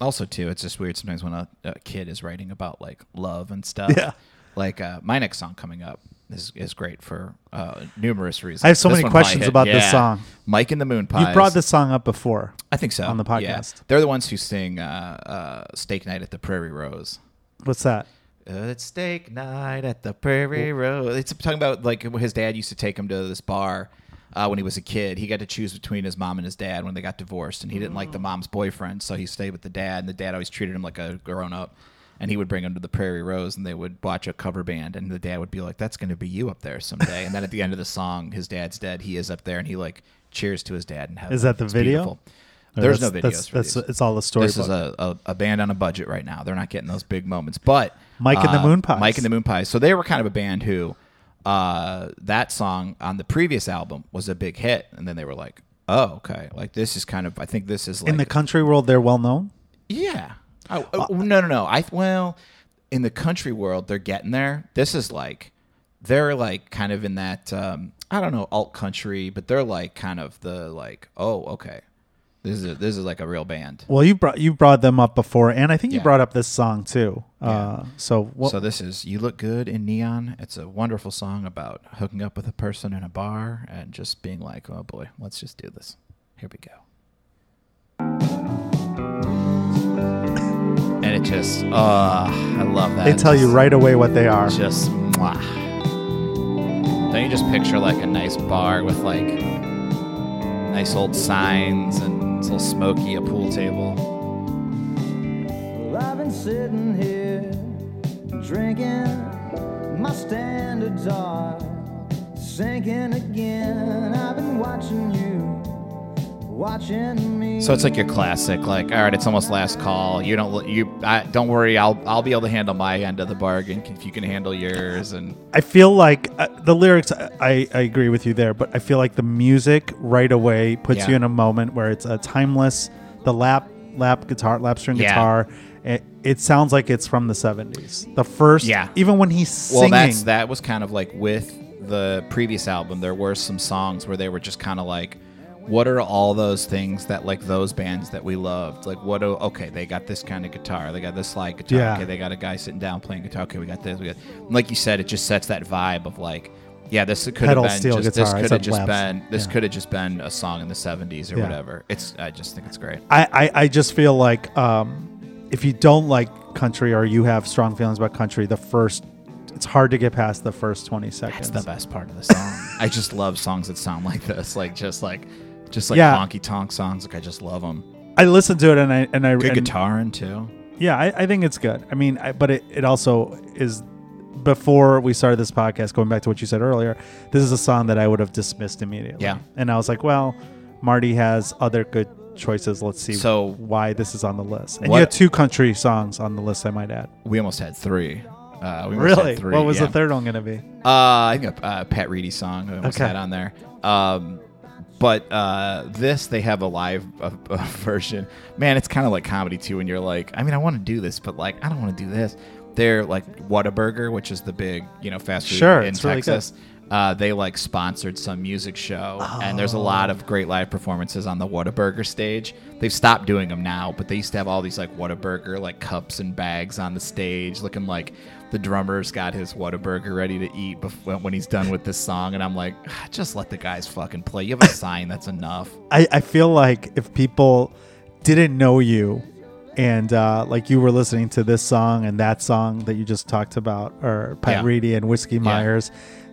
S1: Also, too, it's just weird sometimes when a, a kid is writing about like love and stuff.
S2: Yeah.
S1: Like uh, my next song coming up is, is great for uh, numerous reasons.
S2: I have so many
S1: one probably
S2: questions
S1: hit-
S2: about this song.
S1: Mike and the Moon
S2: you
S1: Pies.
S2: brought this song up before.
S1: I think so
S2: on the
S1: Yeah.
S2: podcast.
S1: They're the ones who sing uh, uh, "Steak Night at the Prairie Rose."
S2: What's that?
S1: Uh, It's steak night at the Prairie Road. It's talking about like his dad used to take him to this bar uh, when he was a kid. He got to choose between his mom and his dad when they got divorced, and he didn't like the
S2: Mm.
S1: mom's boyfriend, so he stayed with the dad. And the dad always treated him like a grown up. And he would bring him to the Prairie Rose, and they would watch a cover band. And the dad would be like, "That's going to be you up there someday." and then at the end of the song, his dad's dead. He is up there, and he like cheers to his dad in heaven.
S2: Is that the
S1: It's
S2: video?
S1: beautiful. There's no
S2: that's-
S1: videos
S2: That's,
S1: for
S2: that's
S1: these.
S2: it's all a
S1: This
S2: storybook.
S1: is a, a, a band on a budget right now. They're not getting those big moments. But uh,
S2: Mike and the Moon Pies.
S1: Mike and the Moon Pies. So they were kind of a band who uh, that song on the previous album was a big hit, and then they were like, "Oh, okay, like this is kind of. I think this is like
S2: in the country world, they're well known.
S1: yeah. Oh, oh, no, no, no. I well, in the country world, they're getting there. This is like they're like kind of in that um, I don't know alt country, but they're like kind of the like oh okay, this is this is like a real band.
S2: Well, you brought you brought them up before, and I think you
S1: Yeah.
S2: brought up this song too. Uh, so what?
S1: so this is you look good in neon. It's a wonderful song about hooking up with a person in a bar and just being like oh boy, let's just do this. Here we go. And it just, uh, I love that.
S2: they tell you
S1: Just-
S2: right away what they are.
S1: just mwah. Don't you just picture like a nice bar with like nice old signs and it's a little smoky, a pool table?
S4: Well, I've been sitting here drinking. My standards are sinking again. I've been watching you, watching me.
S1: So it's like your classic, like all right, it's almost last call. You don't you I, don't worry, I'll I'll be able to handle my end of the bargain if you can handle yours. And
S2: I feel like uh, the lyrics. I, I I agree with you there, but I feel like the music right away puts
S1: Yeah.
S2: you in a moment where it's a timeless. The lap lap guitar, lap string
S1: Yeah.
S2: guitar. It, it sounds like it's from the seventies. The first,
S1: Yeah.
S2: Even when he's
S1: well,
S2: singing,
S1: that's that was kind of like with the previous album. There were some songs where they were just kind of like. What are all those things that like those bands that we loved? Like what? do okay, they got this kind of guitar. They got this slide guitar.
S2: Yeah.
S1: Okay, they got a guy sitting down playing guitar. Okay, we got this. We got like you said, it just sets that vibe of like, yeah, this could have
S2: Pedal
S1: been
S2: steel
S1: just
S2: guitar.
S1: this
S2: I
S1: could have
S2: said
S1: just
S2: laps.
S1: been this
S2: Yeah.
S1: could have just been a song in the '70s or
S2: Yeah.
S1: whatever. It's I just think it's great.
S2: I, I, I just feel like um, if you don't like country or you have strong feelings about country, the first it's hard to get past the first twenty seconds.
S1: That's the best part of the song. [laughs] I just love songs that sound like this, like just like just like
S2: Yeah.
S1: honky tonk songs. Like I just love them.
S2: I listened to it and I and I
S1: Good
S2: and-
S1: guitar in too.
S2: Yeah, I, I think it's good. I mean, I, but it, it also is before we started this podcast. Going back to what you said earlier, this is a song that I would have dismissed immediately.
S1: Yeah.
S2: and I was like, well, Marty has other good choices. Let's see
S1: So-
S2: why this is on the list. And
S1: What-
S2: you had two country songs on the list. I might add.
S1: We almost had three. Uh, we almost
S2: Really?
S1: Had three,
S2: what was
S1: yeah.
S2: the third one going to be?
S1: Uh, I think a uh, Pat Reedy song I almost
S2: Okay.
S1: had on there. Um, but uh, this they have a [laughs] live uh, uh, version. Man, it's kind of like comedy too. When you're like, I mean, I want to do this, but like, I don't want to do this. They're like Whataburger, which is the big you know fast food
S2: Sure,
S1: in
S2: it's really good.
S1: Texas. uh, they like sponsored some music show, and there's a lot of great live performances on the Whataburger stage. They've stopped doing them now, but they used to have all these like Whataburger like cups and bags on the stage, looking like the drummer's got his Whataburger ready to eat before, when he's done with this song. And I'm like, "Ah, just let the guys fucking play. You have a [laughs] sign, that's enough.
S2: I, I feel like if people didn't know you and uh, like you were listening to this song and that song that you just talked about or Pat
S1: Yeah.
S2: Reedy and Whiskey Myers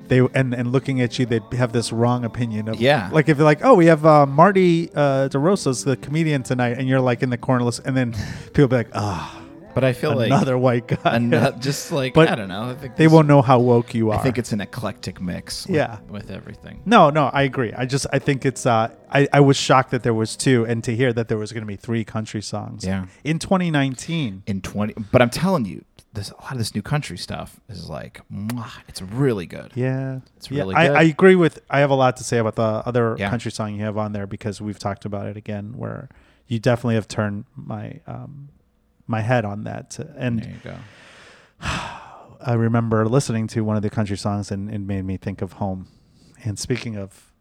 S2: they and, and looking at you they'd have this wrong opinion of
S1: Yeah.
S2: like if you're like oh we have uh, Marty uh, DeRosa's the comedian tonight and you're like in the corner list and then people be like ah
S1: But I feel [laughs]
S2: another white guy
S1: like
S2: [laughs]
S1: ano- just like
S2: But
S1: I don't know. I think
S2: they
S1: this-
S2: won't know how woke you
S1: I
S2: are
S1: think it's an eclectic mix. With,
S2: Yeah.
S1: with everything.
S2: No, no, I agree. I just I think it's uh I, I was shocked that there was two and to hear that there was gonna be three country songs.
S1: Yeah.
S2: In twenty nineteen.
S1: in 20 but i'm telling you this a lot of this new country stuff is like mwah, it's really good
S2: Yeah.
S1: It's really
S2: I,
S1: good.
S2: I agree with I have a lot to say about the other
S1: Yeah.
S2: country song you have on there because we've talked about it again where you definitely have turned my um my head on that to, and
S1: there you go
S2: I remember listening to one of the country songs and it made me think of home. And speaking of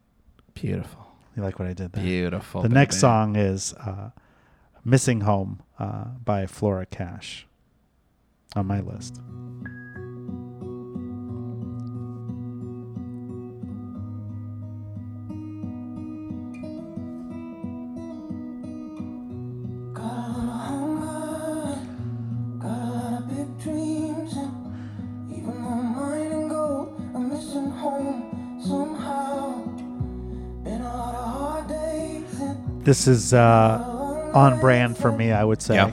S1: beautiful
S2: you like what I did there?
S1: beautiful
S2: The next
S1: baby.
S2: song is uh, Missing Home uh, by Flora Cash on my list.
S4: Got big dreams, and even though mine ain't gold, I'm missing home somehow. Been a lot of hard days, and
S2: This is uh, on brand for me, I would say.
S1: Yeah.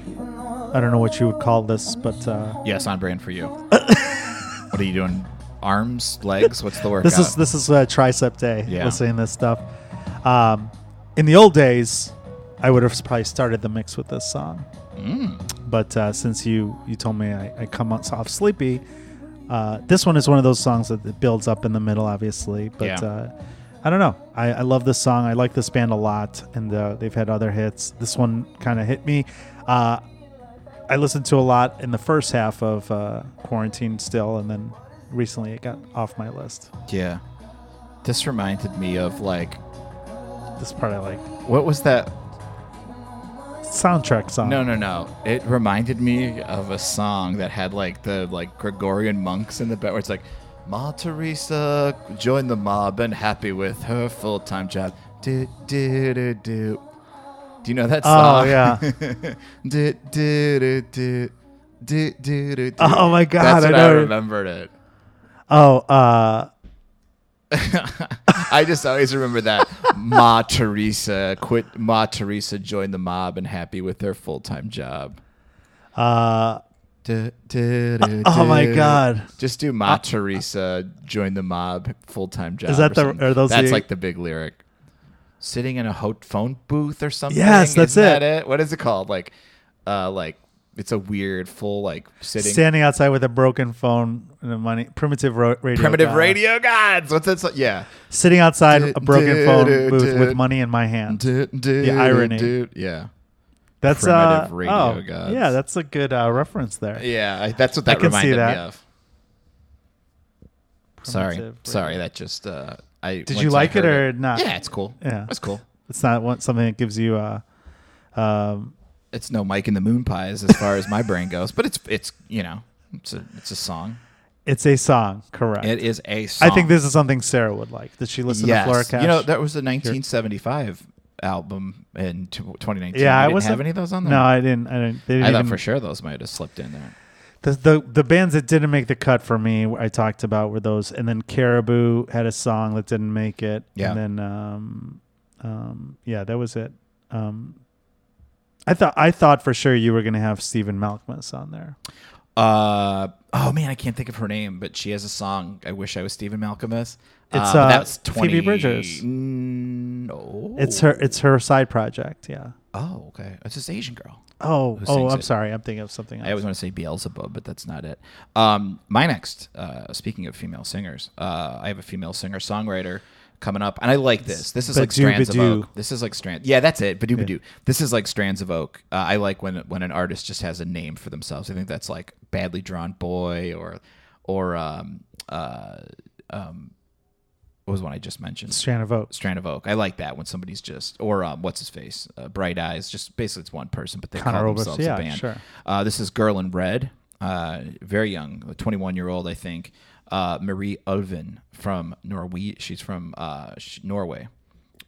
S2: I don't know what you would call this, but uh,
S1: yes on brand for you what are you doing arms legs what's the workout
S2: this is this is uh, tricep day.
S1: Yeah.
S2: Listening to this stuff. Um, in the old days, I would have probably started the mix with this song.
S1: Mm.
S2: But uh, since you you told me I, I come out off sleepy, uh, this one is one of those songs that it builds up in the middle, obviously. But
S1: Yeah.
S2: uh, I don't know. I, I love this song. I like this band a lot, and uh, they've had other hits. This one kind of hit me. Uh, I listened to a lot in the first half of uh, quarantine still, and then recently it got off my list.
S1: Yeah. This reminded me of like
S2: This part I like.
S1: what was that?
S2: Soundtrack song.
S1: No, no, no. It reminded me of a song that had like the like Gregorian monks in the back where it's like Ma Teresa joined the mob and happy with her full time job. Do do do do. Do you know that
S2: Oh,
S1: song?
S2: yeah.
S1: [laughs] do, do, do, do. Do, do, do, do.
S2: Oh, my God,
S1: That's
S2: I
S1: what
S2: know
S1: I
S2: it.
S1: remembered it.
S2: Oh, uh,
S1: I just always remember that [laughs] Ma Teresa quit. Ma Teresa joined the mob and happy with their full time job.
S2: uh,
S1: Du- du- du-
S2: [laughs] oh my
S1: du.
S2: God.
S1: Just do Ma Teresa join the mob full time job.
S2: Is that
S1: or
S2: the-
S1: something.
S2: are those
S1: That's
S2: the-
S1: like the big lyric. Sitting in a ho- phone booth or something.
S2: Yes, that's
S1: Isn't
S2: it.
S1: that What is it called? Like, uh, like it's a weird full like sitting.
S2: standing outside with a broken phone and a money primitive ro- radio.
S1: Primitive
S2: dial.
S1: radio gods. What's that? so- Yeah.
S2: Sitting outside a broken phone
S1: Du-
S2: booth
S1: du-
S2: with money in my hand.
S1: Du- du-
S2: The irony.
S1: du- Yeah.
S2: That's
S1: primitive
S2: uh,
S1: radio
S2: oh,
S1: gods.
S2: Yeah, that's a good uh, reference there.
S1: Yeah, I, that's what
S2: I
S1: that
S2: can see
S1: reminded
S2: that.
S1: me of. Sorry,
S2: Primitive
S1: sorry,
S2: radio.
S1: that just uh, I.
S2: Did
S1: once
S2: you
S1: I
S2: like it
S1: heard
S2: or not?
S1: Yeah, it's cool.
S2: Yeah.
S1: it's cool.
S2: It's not one, something that gives you uh, um,
S1: It's no Mike and the Moon Pies as far as my brain goes, but it's it's you know it's a it's a song.
S2: it's a song, correct?
S1: It is a song.
S2: I think this is something Sarah would like. Did she listen
S1: yes.
S2: to Flora
S1: You know that was the 1975 album in t- 2019.
S2: yeah,
S1: You
S2: I
S1: didn't
S2: wasn't
S1: have any of those on there.
S2: No, I didn't. I didn't. They didn't
S1: I thought
S2: even-
S1: for sure those might have slipped in there.
S2: The, the the bands that didn't make the cut for me, I talked about were those, and then Caribou had a song that didn't make it,
S1: Yeah.
S2: and then um, um, yeah, that was it. Um, I thought I thought for sure you were gonna have Stephen Malkmus on there.
S1: Uh oh man, I can't think of her name, but she has a song. I wish I was Stephen Malcolmus.
S2: It's,
S1: but
S2: uh,
S1: that's 20
S2: Phoebe Bridgers.
S1: No,
S2: It's her it's her side project, yeah.
S1: Oh, okay. It's this Asian girl.
S2: Oh,
S1: Who
S2: oh,
S1: sings
S2: I'm
S1: it?
S2: sorry, I'm thinking of something
S1: I
S2: else.
S1: always want to say Beelzebub, but that's not it. Um, my next, uh, speaking of female singers, uh, I have a female singer songwriter coming up, and I like this. This is like
S2: Badoo
S1: strands
S2: Badoo.
S1: of oak. This is like strands. Yeah, that's it. Badoo badoo. This is like strands of oak. Uh, I like when when an artist just has a name for themselves. I think that's like badly drawn boy or or um uh um what was one I just mentioned.
S2: Strand of Oak.
S1: Strand of Oak. I like that when somebody's just or um, what's his face, uh, Bright Eyes. Just basically, it's one person, but they
S2: Conor
S1: call
S2: Oberst,
S1: themselves
S2: yeah,
S1: a band.
S2: sure.
S1: Uh, this is Girl in Red, uh, very young, a 21 year old, I think. Uh, Marie Ulven from Norway. She's from uh, sh- Norway.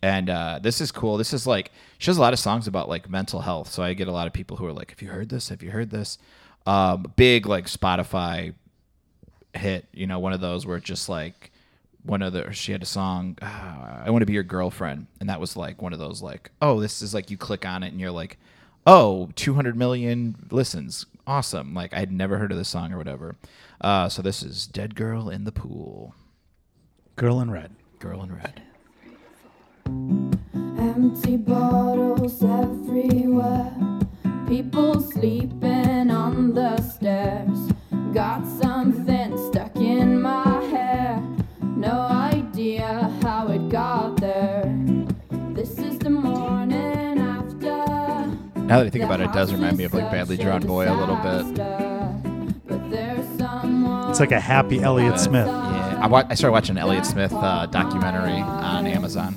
S1: And uh, this is cool. This is like she has a lot of songs about like mental health. So I get a lot of people who are like, "Have you heard this? Have you heard this?" Um, big like Spotify hit, you know, one of those where it just like one of the she had a song, ah, I want to be your girlfriend, and that was like one of those like, oh, this is like you click on it and you're like, oh, 200 million listens, awesome. Like I'd never heard of this song or whatever. Uh, so this is Dead Girl in the Pool,
S2: Girl in Red.
S1: Girl in Red.
S5: Empty bottles everywhere. People sleeping on the stairs. Got something stuck in my hair. No idea how it got there. This is the morning after.
S1: Now that I think about it, it does remind me of like Badly Drawn Boy a little bit.
S5: bit.
S2: It's like a happy Elliott Smith.
S1: Yeah, I, wa- I started watching an Elliott Smith uh, documentary on Amazon.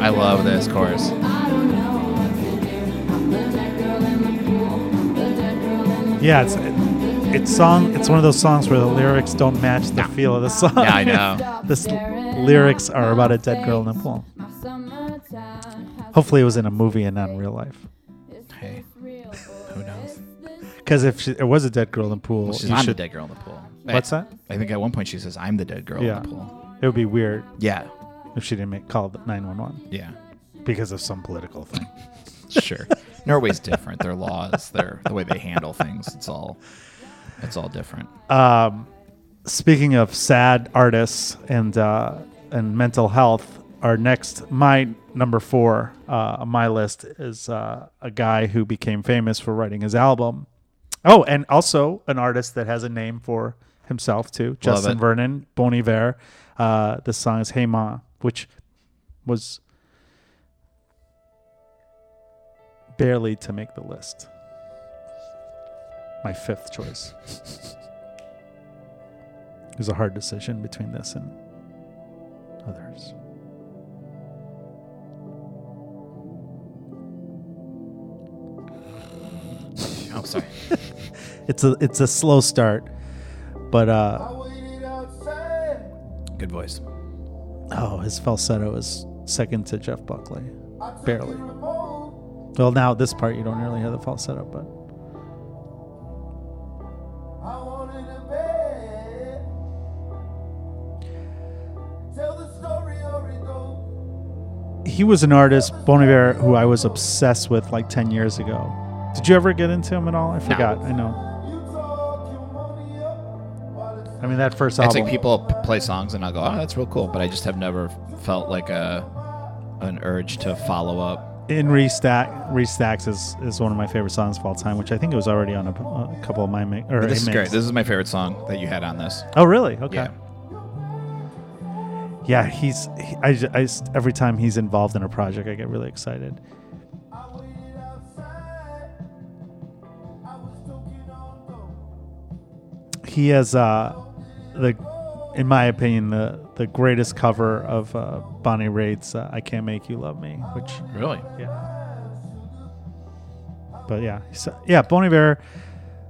S1: I
S5: I
S1: love this chorus.
S2: Yeah, it's it's song. It's one of those songs where the lyrics don't match the feel of the song.
S1: Yeah, I know.
S2: [laughs] The s- lyrics are about a dead girl in a pool. Hopefully, it was in a movie and not in real life.
S1: Hey,
S5: who
S1: knows?
S2: Because if she, it was a dead girl in the pool,
S1: Well, she's
S2: you
S1: I'm
S2: should-
S1: the dead girl in the pool.
S2: What's
S1: I-
S2: that?
S1: I think at one point she says, "I'm the dead girl
S2: Yeah.
S1: in the pool."
S2: It would be weird
S1: Yeah,
S2: if she didn't make call the 911
S1: yeah.
S2: because of some political thing.
S1: Sure. Norway's different. Their laws, their the way they handle things, it's all
S2: Um,
S1: it's all different.
S2: Speaking of sad artists and uh, and mental health are next. My number four uh, on my list is uh, a guy who became famous for writing his album. Oh, and also an artist that has a name for himself too, Justin
S1: it.
S2: Vernon, Bon Iver. Uh, the song is "Hey Ma," which was barely to make the list. My fifth choice. It was a hard decision between this and others.
S1: Oh, sorry.
S2: It's a it's a slow start, but uh,
S4: I waited outside.
S1: Good voice.
S2: oh, his falsetto is second to Jeff Buckley.
S4: I took
S2: Barely.
S4: the remote.
S2: Well, now this part you don't really hear the falsetto, but
S4: I wanted a bed. Tell the story or it don't.
S2: he was an artist, Bon Iver, who I was obsessed with like 10 years ago. Did you ever get into him at all? I forgot. I know.
S4: You talk your money up while it's
S2: I mean, that first
S1: It's
S2: album.
S1: like people p- play songs and I'll go, oh, that's real cool. But I just have never felt like a an urge to follow up.
S2: In Restack, Restacks is, is one of my favorite songs of all time, which I think it was already on a, a couple of my mi- or
S1: This
S2: a
S1: is
S2: mix.
S1: great. This is my favorite song that you had on this.
S2: oh, really? Okay.
S1: Yeah.
S2: Yeah, he's. He, I, ju- I just- every time he's involved in a project, I get really excited.
S4: I waited outside. I was talking on dope.
S2: He has uh, the, in my opinion, the the greatest cover of uh, Bonnie Raitt's uh, "I Can't Make You Love Me," which
S1: Really?
S2: yeah. But yeah, so, yeah, Bon Iver,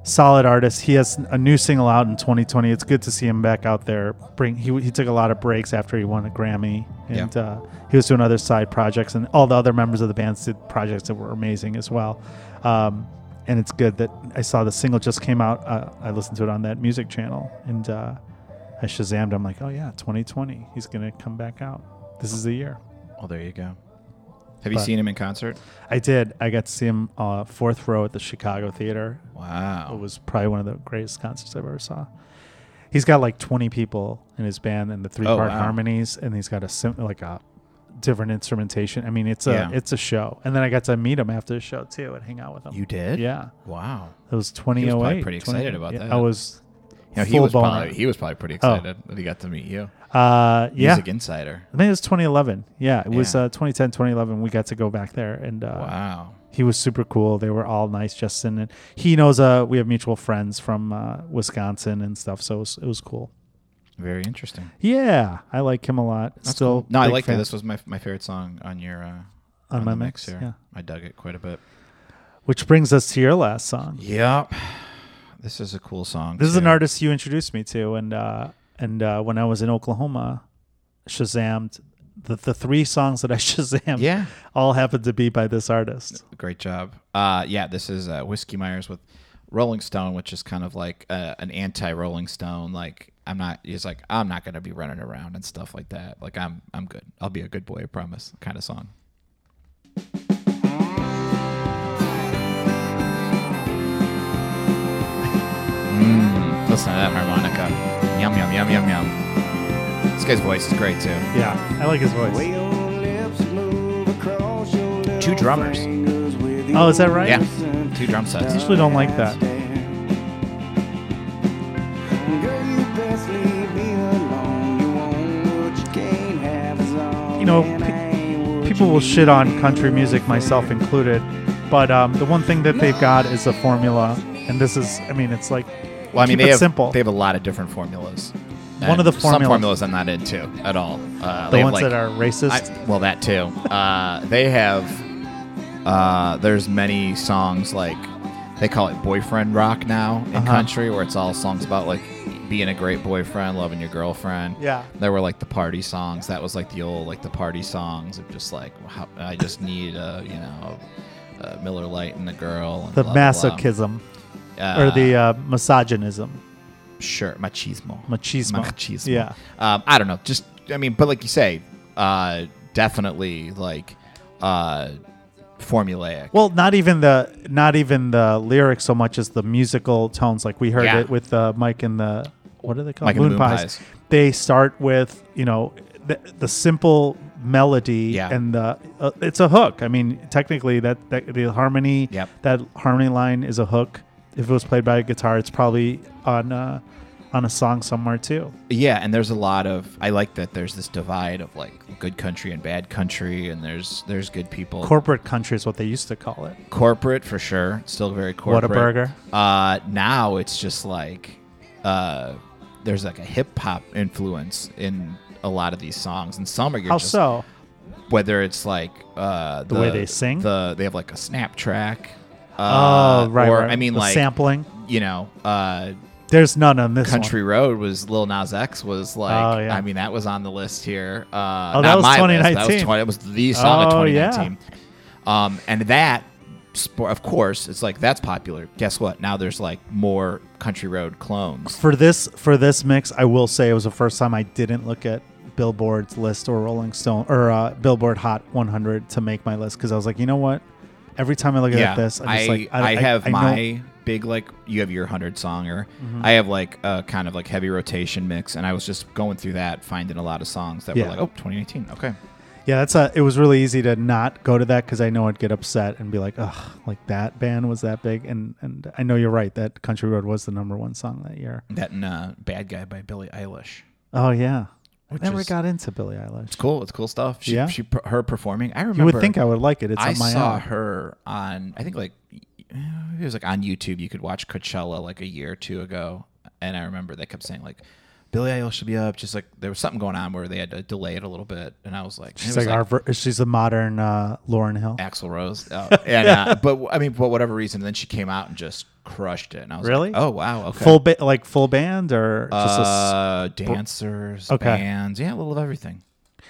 S2: solid artist. He has a new single out in 2020. It's good to see him back out there. Bring he he took a lot of breaks after he won a Grammy, and
S1: Yeah.
S2: uh, he was doing other side projects, and all the other members of the band did projects that were amazing as well. Um, and it's good that I saw the single just came out. Uh, I listened to it on that music channel, and uh, I shazammed. I'm like, oh yeah, 2020. He's gonna come back out. This is the year.
S1: Well, there you go. Have you
S2: But-
S1: seen him in concert?
S2: I did. I got to see him uh, fourth row at the Chicago Theater. It
S1: Wow.
S2: was probably one of the greatest concerts I've ever saw. He's got like 20 people in his band and the three part
S1: Oh, wow.
S2: harmonies, and he's got a sim- like a different instrumentation. I mean, it's a
S1: Yeah.
S2: it's a show. And then I got to meet him after the show too and hang out with him.
S1: You did?
S2: Yeah,
S1: Wow.
S2: it was 2008.
S1: pretty excited about that.
S2: I was.
S1: Yeah, he
S2: full Oh.
S1: was
S2: blown
S1: probably
S2: out.
S1: he was probably pretty excited that he got to meet you.
S2: Uh, yeah,
S1: Music Insider.
S2: I think it was 2011. Yeah, it was
S1: Yeah.
S2: uh, 2010, 2011. We got to go back there and uh,
S1: Wow.
S2: he was super cool. They were all nice, Justin. And he knows uh, we have mutual friends from uh, Wisconsin and stuff, so it was, it was cool.
S1: Very interesting.
S2: Yeah, I like him a lot. Still,
S1: No, I
S2: big
S1: like that.
S2: fan.
S1: This was my my favorite song on your uh, on,
S2: my
S1: the
S2: mix,
S1: here.
S2: yeah.
S1: I dug it quite a bit.
S2: Which brings us to your last song.
S1: Yep. This is a cool song.
S2: This is an
S1: too.
S2: artist you introduced me to, and uh, and uh, when I was in Oklahoma, Shazammed the the three songs that I [laughs] Shazammed.
S1: Yeah.
S2: all happened to be by this artist.
S1: Great job. Uh, yeah, this is uh, Whiskey Myers with Rolling Stone, which is kind of like uh, an anti-Rolling Stone. Like I'm not. He's like I'm not gonna be running around and stuff like that. Like I'm I'm good. I'll be a good boy. I promise. Kind of song. Mm, listen to that harmonica. Yum yum yum yum yum. This guy's voice is great too.
S2: Yeah, I like his voice.
S1: Two drummers.
S2: Oh, is that right?
S1: Yeah, two drum sets.
S2: I usually don't like that. You know, pe- people will shit on country music, myself included, but um, the one thing that they've got is a formula, and this is, I mean, it's like,
S1: Well, I mean,
S2: keep
S1: they
S2: it
S1: have
S2: simple.
S1: they have a lot of different formulas.
S2: One of the
S1: some
S2: formulas-
S1: formulas I'm not into at all. Uh,
S2: the
S1: they have, like-
S2: ones that are racist.
S1: I- well, that too. Uh, they have uh, there's many songs like they call it boyfriend rock now in
S2: Uh-huh.
S1: country, where it's all songs about like being a great boyfriend, loving your girlfriend.
S2: Yeah.
S1: there were like the party songs. That was like the old like the party songs of just like how, I just need a you know. A Miller Lite and the girl. And
S2: the
S1: blah, blah, blah.
S2: masochism
S1: Uh,
S2: or the uh, misogynism.
S1: Sure, machismo.
S2: Machismo.
S1: Machismo.
S2: Yeah.
S1: Um, I don't know. Just I mean, but like you say, uh, definitely like uh, formulaic.
S2: Well, not even the not even the lyrics so much as the musical tones. Like we heard
S1: Yeah.
S2: it with uh, Mike and the what are they called?
S1: Mike and the Moon Pies.
S2: They start with you know th- the, the simple melody
S1: Yeah.
S2: and the uh, it's a hook. I mean, technically that, that the harmony
S1: Yep.
S2: that harmony line is a hook. If it was played by a guitar, it's probably on uh, on a song somewhere too.
S1: Yeah, and there's a lot of I like that there's this divide of like good country and bad country and there's there's good people.
S2: Corporate country is what they used to call it.
S1: corporate for sure. It's Still very corporate.
S2: Whataburger.
S1: Uh now it's just like uh there's like a hip hop influence in a lot of these songs and some are you're
S2: How
S1: just
S2: so?
S1: whether it's like uh
S2: The way they sing?
S1: the they have like a snap track.
S2: Oh,
S1: Uh,
S2: right.
S1: Or
S2: right.
S1: I mean
S2: The
S1: like
S2: sampling.
S1: you know, uh
S2: There's none on this one.
S1: Country Road was Lil Nas X was like
S2: Oh, yeah.
S1: I mean that was on the list here. Uh,
S2: Oh, that
S1: not
S2: was
S1: my List, that was
S2: 2019.
S1: 20, it was the song
S2: Oh,
S1: of
S2: yeah.
S1: 2019. Um, and that, sp- of course, it's like that's popular. Guess what? Now there's like more Country Road clones.
S2: for this for this mix, I will say it was the first time I didn't look at Billboard's list or Rolling Stone or uh, Billboard Hot 100 to make my list because I was like, you know what? Every time I look
S1: yeah,
S2: at this, I'm
S1: I,
S2: just like,
S1: I, have
S2: I know- Mm-hmm.
S1: my big like you have your hundred songer. I have like a kind of like heavy rotation mix, and I was just going through that finding a lot of songs that
S2: Yeah.
S1: were like oh 2019 okay.
S2: yeah. That's a. It was really easy to not go to that because I know I'd get upset and be like, ugh, like that band was that big, and and I know you're right that Country Road was the number one song that year.
S1: That and uh, Bad Guy by Billie Eilish.
S2: Oh yeah, I never
S1: is-
S2: got into Billie Eilish.
S1: It's cool. It's cool stuff. She,
S2: Yeah.
S1: she her performing. I remember.
S2: You would think I would like it. It's
S1: I
S2: on my
S1: saw
S2: own.
S1: her on. I think like eh, it was like on YouTube. You could watch Coachella like a year or two ago, and I remember they kept saying like. Billy Eilish should be up. Just like there was something going on where they had to delay it a little bit, and I was like,
S2: She's
S1: it was
S2: like, our, ver- she's a modern uh, Lauren Hill.
S1: Axl [laughs] Rose. Oh, and uh, but I mean, for whatever reason, then she came out and just crushed it, and I was
S2: Really?
S1: like, oh wow, okay,
S2: Full ba- like full band or just a s-
S1: uh, dancers,
S2: Okay.
S1: bands, yeah, a little of everything.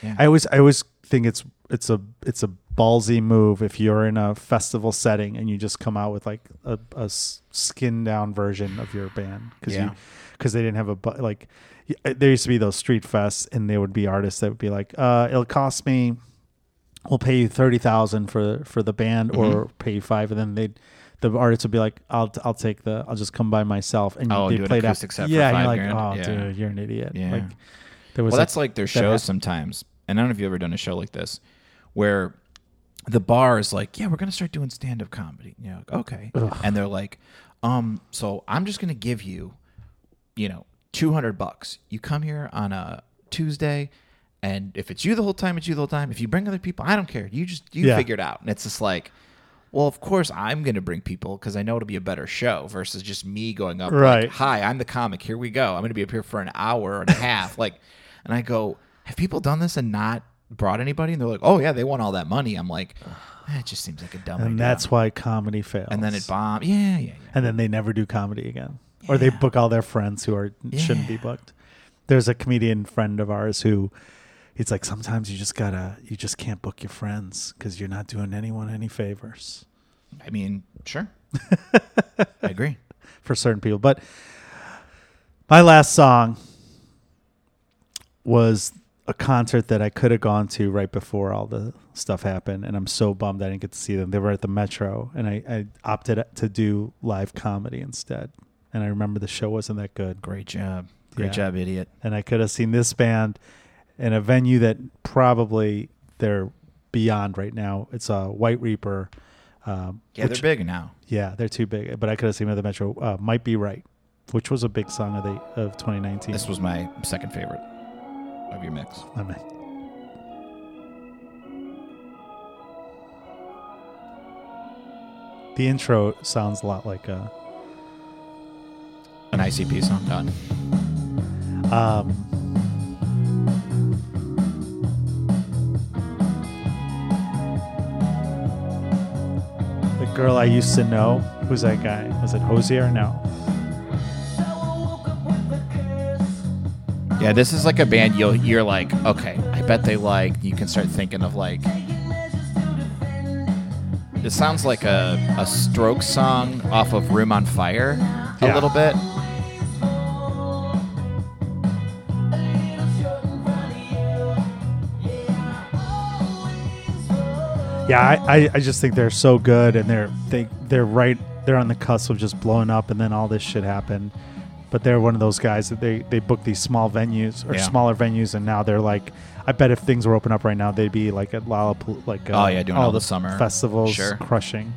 S2: I always I always think it's it's a it's a ballsy move if you're in a festival setting and you just come out with like a, a skin down version of your band because
S1: Yeah.
S2: because they didn't have a bu- like y- uh, there used to be those street fests and there would be artists that would be like uh it'll cost me we'll pay you thirty thousand for for the band
S1: Mm-hmm.
S2: or pay you five and then they'd the artist would be like, "I'll I'll take the I'll just come by myself," and
S1: Oh,
S2: they
S1: do an
S2: played out-
S1: acoustic set for
S2: yeah, and
S1: five
S2: you're like,
S1: grand?
S2: "Oh,
S1: Yeah.
S2: dude, you're an idiot."
S1: Yeah.
S2: Like, there was
S1: Well, that's like their
S2: that hap-
S1: shows sometimes. And I don't know if you've ever done a show like this where the bar is like, yeah, we're going to start doing stand up comedy. You know, like, okay. And they're like, um, so I'm just going to give you, you know, 200 bucks. You come here on a Tuesday. And if it's you the whole time, it's you the whole time. If you bring other people, I don't care. You just, you
S2: Yeah.
S1: figure it out. And it's just like, well, of course I'm going to bring people because I know it'll be a better show versus just me going up. like,
S2: Right.
S1: hi, I'm the comic. Here we go. I'm going to be up here for an hour
S2: [laughs]
S1: and a half. Like, and I go, have people done this and not brought anybody? And they're like, oh yeah, they want all that money. I'm like, that just seems like a dumb idea.
S2: and that's why comedy fails.
S1: Oh and then it bombed. Yeah, yeah, yeah.
S2: and then they never do comedy again, or they book all their friends who are shouldn't be booked. There's a comedian friend of ours who, it's like sometimes you just gotta, you just can't book your friends because you're not doing anyone any favors
S1: I mean,
S2: [laughs]
S1: sure. I agree.
S2: for certain people. But my last song was a concert that I could have gone to right before all the stuff happened, and I'm so bummed I didn't get to see them. They were at the Metro, and I, I opted to do live comedy instead. And I remember the show wasn't that good,
S1: Great job. Great
S2: Yeah.
S1: job, idiot.
S2: and I could have seen this band in a venue that probably they're beyond right now. It's a uh, White Reaper. Um,
S1: Yeah,
S2: which-
S1: they're big now.
S2: yeah, they're too big. But I could have seen them at the Metro. Uh, Might be right, which was a big song of the of 2019.
S1: This was my second favorite of your mix.
S2: I mean, the intro sounds a lot like uh, a.
S1: An ICP song done.
S2: Um, the girl I used to know, who's that guy? Was it Hosier? No.
S1: Yeah, this is like a band you'll you're like, okay, I bet they like you can start thinking of like It sounds like a, a stroke song off of Room on Fire a
S2: Yeah.
S1: little bit.
S2: Yeah, I, I, I just think they're so good, and they're they they're right. They're on the cusp of just blowing up, and then all this shit happened, but they're one of those guys that they they book these small venues or
S1: Yeah.
S2: smaller venues, and now they're like, I bet if things were open up right now, they'd be like at Lollapalooza, like uh,
S1: Oh, yeah, doing all the summer.
S2: festivals,
S1: Sure.
S2: crushing.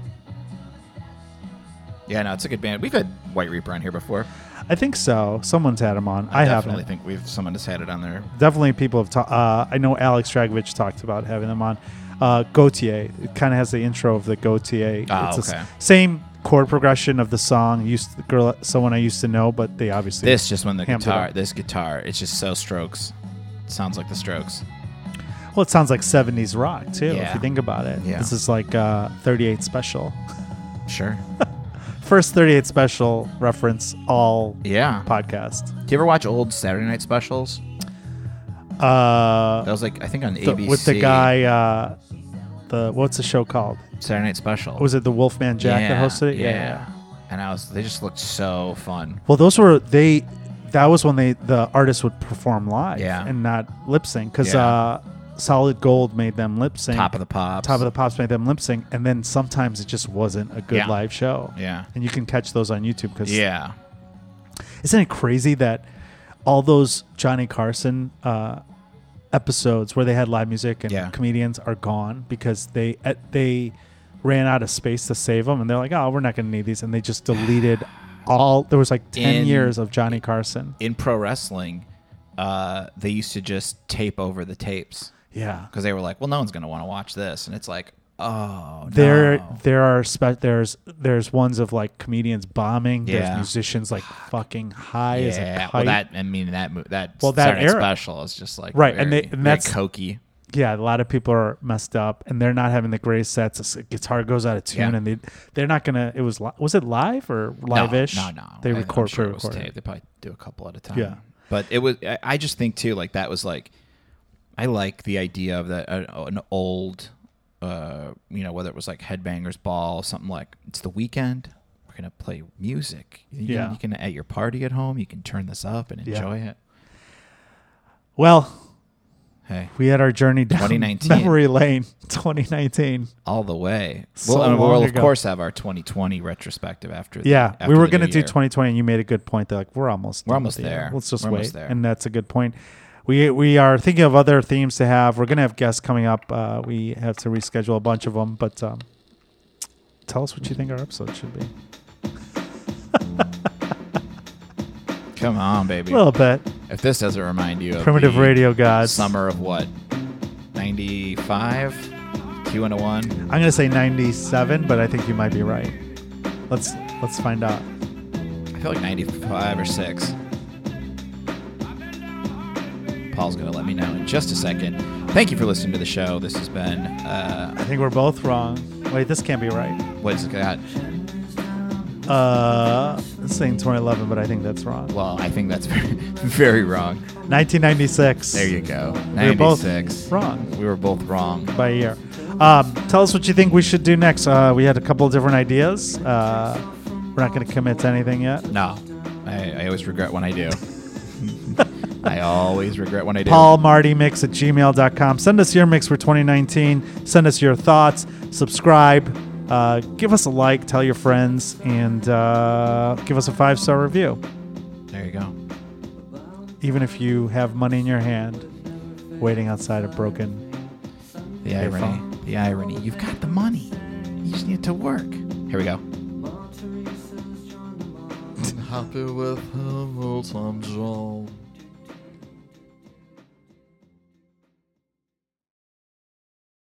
S1: Yeah, no, it's a good band. We've had White Reaper on here before.
S2: I think so. Someone's had him on. I,
S1: definitely
S2: haven't.
S1: think we've someone has had it on there.
S2: Definitely, people have. Ta- uh, I know Alex Dragovich talked about having them on. Uh, Gautier. It kind of has the intro of the Gautier.
S1: Ah,
S2: it's the s-
S1: okay.
S2: same chord progression of the song. Used the girl, someone I used to know, but they obviously
S1: This just when the
S2: Amped it
S1: guitar,
S2: up.
S1: this guitar, it's just so Strokes. Sounds like the Strokes.
S2: Well, it sounds like 70s rock, too, if
S1: Yeah.
S2: you think about it.
S1: Yeah.
S2: This is like uh, 38 Special.
S1: Sure.
S2: First 38 Special reference all
S1: [laughs] Yeah.
S2: podcast.
S1: Do you ever watch old Saturday Night specials? That
S2: Uh,
S1: was like I think on
S2: the-
S1: ABC
S2: with the guy, uh, the what's the show called?
S1: Saturday Night Special.
S2: Was it the Wolfman Jack that hosted it?
S1: Yeah. And I was, they just looked so fun.
S2: Well, those were, they, that was when they, the artists would perform live
S1: Yeah.
S2: and not lip sync because
S1: Yeah.
S2: uh, Solid Gold made them lip sync.
S1: Top of the Pops.
S2: Top of the Pops made them lip sync, and then sometimes it just wasn't a good
S1: Yeah.
S2: live show.
S1: Yeah.
S2: And you can catch those on YouTube because
S1: Yeah.
S2: Isn't it crazy that all those Johnny Carson uh, episodes where they had live music and
S1: Yeah.
S2: comedians are gone because they eh, they ran out of space to save them, and they're like, "Oh, we're not going to need these," and they
S1: [sighs]
S2: just deleted all. There was like ten
S1: In-
S2: years of Johnny Carson.
S1: In pro wrestling, uh, they used to just tape over the tapes
S2: Yeah,
S1: because they were like, well, no one's going to want to watch this. And it's like, oh,
S2: there
S1: no.
S2: there are spe- there's there's ones of like comedians bombing. There's
S1: Yeah.
S2: musicians like fucking high as a
S1: Yeah,
S2: kite.
S1: well, that I mean that mo- that
S2: Well,
S1: well,
S2: that
S1: that Saturday Night
S2: era.
S1: special is just like
S2: Right, and
S1: very-
S2: they-
S1: very
S2: and that's-
S1: cokey.
S2: yeah, a lot of people are messed up and they're not having the greatest sets. It's- The guitar goes out of
S1: Yeah.
S2: tune and they they're not gonna. It was li- was it live or live ish?
S1: No, no, no.
S2: They
S1: I- I'm
S2: record
S1: sure it was
S2: pre-recorded.
S1: taped. They probably do a couple at a time.
S2: Yeah.
S1: but it was. I, I just think too, like that was like, I like the idea of that uh, an old, uh, you know, whether it was like Headbangers Ball, something like it's the weekend. We're gonna play music. You
S2: Yeah.
S1: can, you can at your party at home. You can turn this up and
S2: Yeah.
S1: enjoy it.
S2: Well,
S1: Hey,
S2: we had our journey down
S1: 2019.
S2: memory lane. [laughs] 2019.
S1: all the way.
S2: So
S1: well, and
S2: long
S1: we'll of
S2: ago.
S1: course have our 2020 retrospective after. the-
S2: Yeah,
S1: after
S2: we were
S1: the new
S2: gonna do
S1: year.
S2: 2020, and you made a good point. That like we're almost
S1: We're
S2: done
S1: almost
S2: with the year.
S1: there.
S2: Let's just
S1: We're
S2: wait,
S1: almost there.
S2: and that's a good point. We, we are thinking of other themes to have. We're gonna have guests coming up. Uh, we have to reschedule a bunch of them, but um, tell us what you think our episode should be.
S1: Come on, baby.
S2: A little bit.
S1: If this doesn't remind you of
S2: Primitive
S1: the
S2: Radio Gods.
S1: summer of what, ninety five, two and a one.
S2: I'm gonna say 97, but I think you might be right. Let's let's find out.
S1: I feel like ninety five or six. Paul's gonna let me know in just a second. Thank you for listening to the show. This has been uh,
S2: I think we're both wrong. Wait, this can't be right.
S1: what's it got?
S2: Uh, it's saying 2011, but I think that's wrong.
S1: Well, I think that's [laughs] very, very wrong.
S2: 1996.
S1: There you go.
S2: We were
S1: Ninety
S2: both
S1: six.
S2: wrong
S1: We were both wrong.
S2: by a year. Um, tell us what you think we should do next. Uh, we had a couple of different ideas. Uh, we're not gonna commit to anything yet.
S1: No, I, I always regret when I do. [laughs] I always regret when I do.
S2: Paul Marty Mix at gmail.com. Send us your mix for 2019. Send us your thoughts. Subscribe. Uh, give us a like. Tell your friends. And uh, give us a five star review.
S1: There you go.
S2: Even if you have money in your hand waiting outside a broken.
S1: The irony.
S2: phone.
S1: The irony. You've got the money. You just need to work. Here we go.
S3: Happy with him, old Tom Jones.